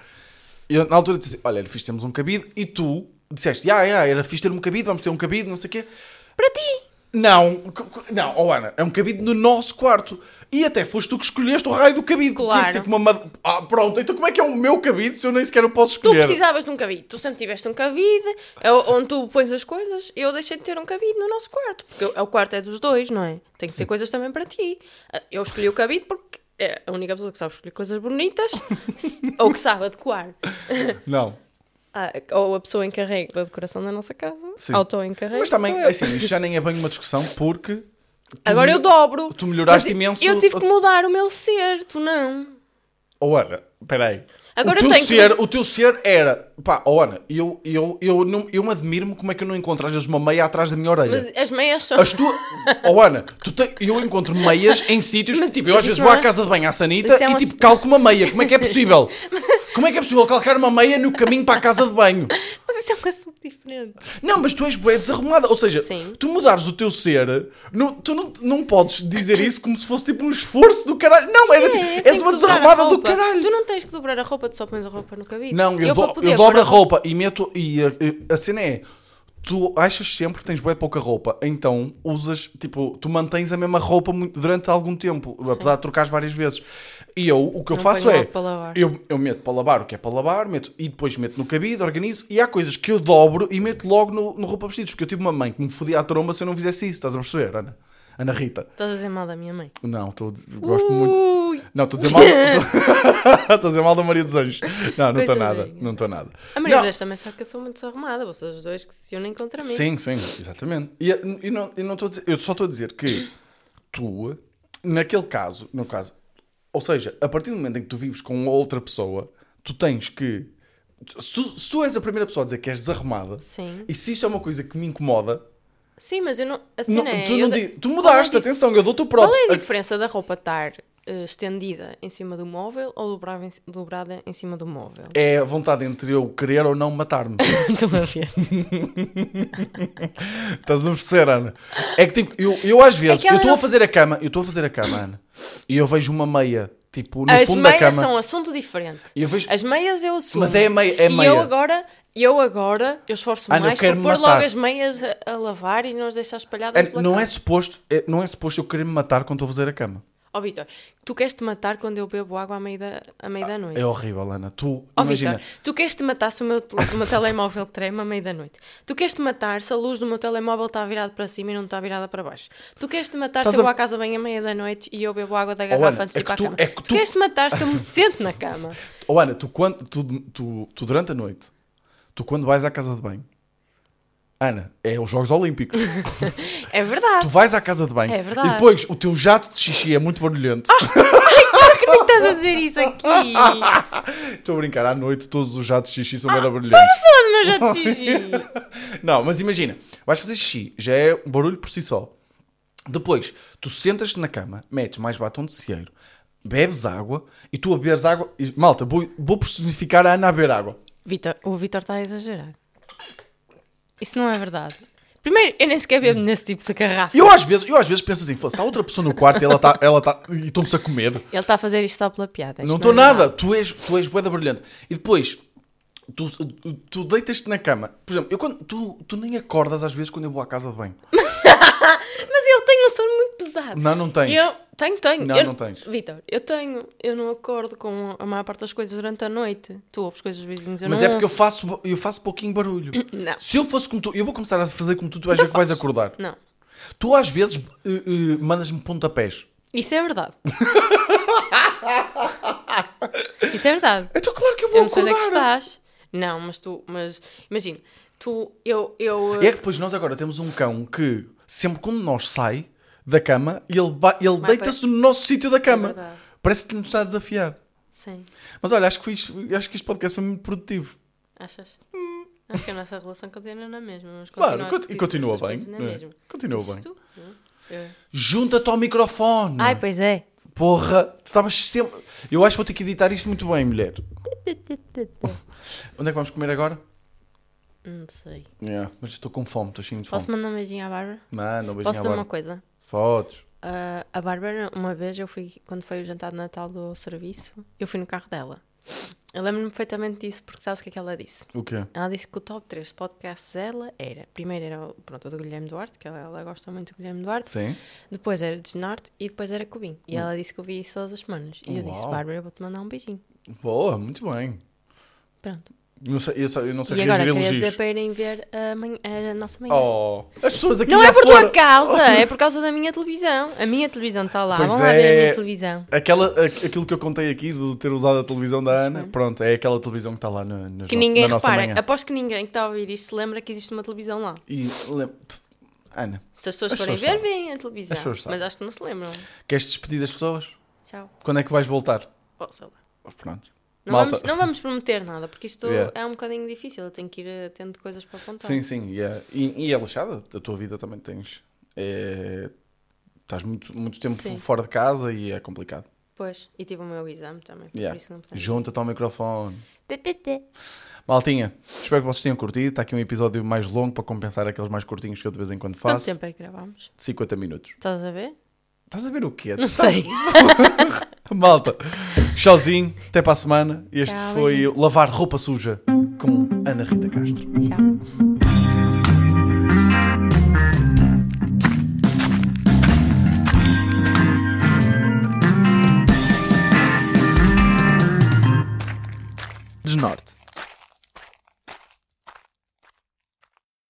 Eu, na altura disse, olha, era fixe termos um cabide e tu disseste, ah, ah, era fixe ter um cabide, vamos ter um cabide, não sei o quê.
Para ti!
Não, c- c- não, oh Ana, é um cabide no nosso quarto. E até foste tu que escolheste o raio do cabide. Tinha que
Claro.
ser com uma made- Ah, pronto, então como é que é o meu cabide se eu nem sequer o posso
Tu
escolher?
precisavas de um cabide, tu sempre tiveste um cabide, é o- onde tu pões as coisas, eu deixei de ter um cabide no nosso quarto, porque o- o quarto é dos dois, não é? Tem que ter coisas também para ti. Ah, Eu escolhi o cabide porque é a única pessoa que sabe escolher coisas bonitas ou que sabe adequar.
Não.
Ah, ou a pessoa encarregue da decoração da nossa casa,
Sim.
auto-encarregue.
Mas também,
sou eu.
assim, isto já nem é bem uma discussão porque
Agora eu dobro.
tu melhoraste
Mas
imenso
Eu tive
a-
que mudar o meu ser, tu não.
Oh Ana, peraí.
Agora
o, teu
eu tenho que-
ser, o teu ser era. Pá, oh Ana, eu, eu, eu, não, eu me admiro-me como é que eu não encontro às vezes uma meia atrás da minha orelha.
Mas as meias são.
As tu... Oh Ana, tu te- eu encontro meias em sítios.
Mas-
tipo, eu
mas
às vezes
isso
vou
não
à
é-
casa de banho à Sanita
Isso é
e
um
tipo,
ass-
calco uma meia. Como é que é possível? Como é que é possível calcar uma meia no caminho para a casa de banho?
Mas isso é um assunto diferente.
Não, mas tu és bué desarrumada. Ou seja,
Sim.
tu mudares o teu ser, não- tu não, não podes dizer isso como se fosse tipo um esforço do caralho. Não, era
É,
tipo,
tem
és
que
uma
dobrar a
desarrumada do
roupa.
caralho.
Tu não tens que dobrar a roupa, tu só pões a roupa no cabide.
Não, eu,
para
do-
poder
eu dobro
pôr
a roupa e meto. E eh, a, a cena é: tu achas sempre que tens bem pouca roupa, então usas, tipo, tu mantens a mesma roupa mu- durante algum tempo, apesar de trocares várias vezes. E eu, o que eu
Não
faço
ponho
é:
logo para lavar.
eu, eu meto para lavar o que é para lavar, meto, e depois meto no cabide, organizo, e há coisas que eu dobro e meto logo no, no roupa vestidos, porque eu tive uma mãe que me fodia a tromba se eu não fizesse isso, estás a perceber, Ana? Ana Rita.
Estás a dizer mal da minha mãe.
Não, estou a dizer- gosto muito.
Ui!
Não, estou a dizer mal. Estou estou a dizer mal da Maria dos Anjos. Não, não estou nada.
Coitadinha.
Não estou nada.
A Maria é
Não.
das também sabe que eu sou muito desarrumada. Vocês os dois que se unem contra mim.
Sim, sim, exatamente. E, e não, e não estou a dizer, eu só estou a dizer que tu, naquele caso, no caso, ou seja, a partir do momento em que tu vives com outra pessoa, tu tens que. Se tu, se tu és a primeira pessoa a dizer que és desarrumada,
Sim.
e se isso é uma coisa que me incomoda,
Sim, mas eu não. Assim,
não-
né?
tu,
eu
não
de-
di- tu
Qual
mudaste,
é a dif-
atenção, eu dou-te o
Qual
próprio.
é a diferença da roupa estar eh, estendida em cima do móvel ou dobrada em, dobrada em cima do móvel?
É a vontade entre eu querer ou não matar-me.
Estou a ver.
Estás a perceber, Ana? É que tipo, eu, eu às vezes,
É que ela
eu estou
não-
a fazer a cama, eu estou a fazer a cama, Ana, e eu vejo uma meia, tipo, no
As
fundo da
meias
cama.
são um assunto diferente.
E eu vejo-
As meias eu assumo.
Mas é a meia- é a
E eu
meia.
agora, eu agora, eu esforço
Ah, não,
mais por
quero
pôr
me matar.
logo as meias a, a lavar e não as deixar espalhadas
É,
pela
não,
casa.
é suposto, é- não é suposto eu querer me matar quando estou a fazer a cama.
Ó oh, Vitor, tu queres te matar quando eu bebo água à meia da, à meia da noite?
É horrível, Ana. Tu,
Ó
imagina.
Vitor, tu queres te matar se o meu, tele- o meu telemóvel treme à meia da noite? Tu queres te matar se a luz do meu telemóvel está virada para cima e não está virada para baixo? Tu queres te matar
Estás
se eu
a-
vou à casa bem à meia da noite e eu bebo água da
Ana,
garrafa antes
é
de ir
que
para
tu-
a cama?
é que tu-
queres te matar se eu me sento na cama?
Oh, Ana, tu, quando, tu, tu, tu durante a noite, tu quando vais à casa de banho, Ana, é os Jogos Olímpicos.
É verdade.
tu vais à casa de banho
É verdade. Ah!
e depois o teu jato de xixi é muito barulhento.
Por que é que estás a dizer isso aqui? Fala
Estou a brincar, à noite todos os jatos de xixi
Ah,
são muito barulhentos.
do meu jato de xixi.
Não, mas imagina, vais fazer xixi, já é um barulho por si só. Depois, tu sentas-te na cama, metes mais batom de cieiro, bebes água e tu a beberes água. e- malta, vou, vou personificar a Ana a beber água.
Vitor, o Vitor está a exagerar. Isso não é verdade. Primeiro, eu nem sequer bebo nesse tipo de garrafa.
E eu às vezes, eu às vezes penso assim: "Foda-se, está outra pessoa no quarto e ela está. Ela tá, e estão-se a comer.
Ele está a fazer isto só pela piada. Isto
não estou
é
nada,
verdade.
tu és, tu és boeda brilhante. E depois, tu, tu deitas-te na cama. Por exemplo, eu quando, tu, tu nem acordas às vezes quando eu vou à casa de banho.
Mas eu tenho um sono muito pesado.
Não, não tens.
Eu tenho, tenho.
Não,
Eu-
não tens.
Vitor, eu tenho. Eu não acordo com a maior parte das coisas durante a noite. Tu ouves coisas dos vizinhos, eu
Mas
não
é porque eu
ouço.
faço, eu faço pouquinho barulho.
Não. Então
Se eu fosse como tu, eu vou começar a fazer como tu, tu vais ver que vais acordar.
Não.
Tu às vezes eh, eh, mandas-me pontapés.
Isso é verdade. Isso é verdade.
Então claro que eu vou
Eu não sei onde
acordar.
é que tu estás. Não, mas tu, mas imagina, tu, eu, eu. eh,
É que depois nós agora temos um cão que sempre quando nós sai da cama, ele, ba- ele
Vai É
deita-se no nosso sítio da cama.
verdade.
Parece que nos está a desafiar.
Sim,
Mas olha, acho que, fiz, acho que este podcast foi muito produtivo.
achas? Acho que a nossa relação continua na mesma. Mas
Claro,
continua a
conti-
repetir
e continua
estas
bem.
coisas na
não é?
mesma.
Continua
Dizes
bem.
tu? Eu.
Junta-te ao microfone.
Ai, pois é.
Porra, tu estavas sempre. Eu acho que vou ter que editar isto muito bem, mulher. Onde é que vamos comer agora?
Não sei.
Yeah, mas estou com fome, estou cheio de fome.
Posso mandar um beijinho à Bárbara?
Manda um beijinho
Posso
à
dizer uma
Bárbara.
coisa?
Fotos.
Ah, a Bárbara, uma vez, eu fui, quando foi o jantar de Natal do serviço, eu fui no carro dela. Eu lembro-me perfeitamente disso, porque sabes o que é que ela disse?
O quê?
Ela disse que o top 3 de podcasts dela era. Primeiro era o- pronto, o do Guilherme Duarte, que ela, ela gosta muito do Guilherme Duarte.
Sim. Hum.
Depois era Desnorte e depois era Cubim. E ela disse que eu vi isso todas as semanas. E eu disse,
Uau.
Bárbara, eu vou-te mandar um beijinho.
Boa, muito bem.
Pronto.
Não sei, eu, sei- eu não sei
e agora
reagir a
queria
elogios.
dizer para irem ver a, manhã- a nossa manhã.
Oh, as pessoas aqui
Não
já
é por
foram.
tua causa, é por causa da minha televisão. A minha televisão está lá.
Pois
Vão lá ver a
é.
minha televisão.
Aquela, aqu- aquilo que eu contei aqui de ter usado a televisão da Ana, pronto, é aquela televisão que está lá na, nas
Que
no-
ninguém
na nossa
repara.
manhã.
Aposto que ninguém que está a ouvir isto se lembra que existe uma televisão lá.
E lem- Ana,
Se as pessoas
As
forem
pessoas
ver, veem a televisão.
As pessoas sabem.
Mas acho que não se lembram.
queres despedir das pessoas?
Tchau.
Quando é que vais voltar?
Oh, sei lá.
Pronto.
Não,
Malta.
vamos, não vamos prometer nada, porque isto
Yeah.
é um bocadinho difícil. Eu tenho que ir eh, tendo coisas para apontar.
Sim, sim. yeah. E, e é lixada. A tua vida também tens. é, Estás muito, muito tempo
Sim.
fora de casa e é complicado.
Pois. E tive o meu exame também.
Yeah.
Por isso não podemos.
Junta-te ao microfone.
Pé, pé, pé.
Maltinha, espero que vocês tenham curtido. Está aqui um episódio mais longo para compensar aqueles mais curtinhos que eu de vez em quando
Quanto
faço.
tempo é que gravamos?
50 minutos.
Estás a ver?
Estás a ver o quê?
Não sei.
Malta, tchauzinho, até para a semana. Este
Tchau,
foi
beijinho.
Lavar Roupa Suja com Ana Rita Castro.
Tchau.
Desnorte.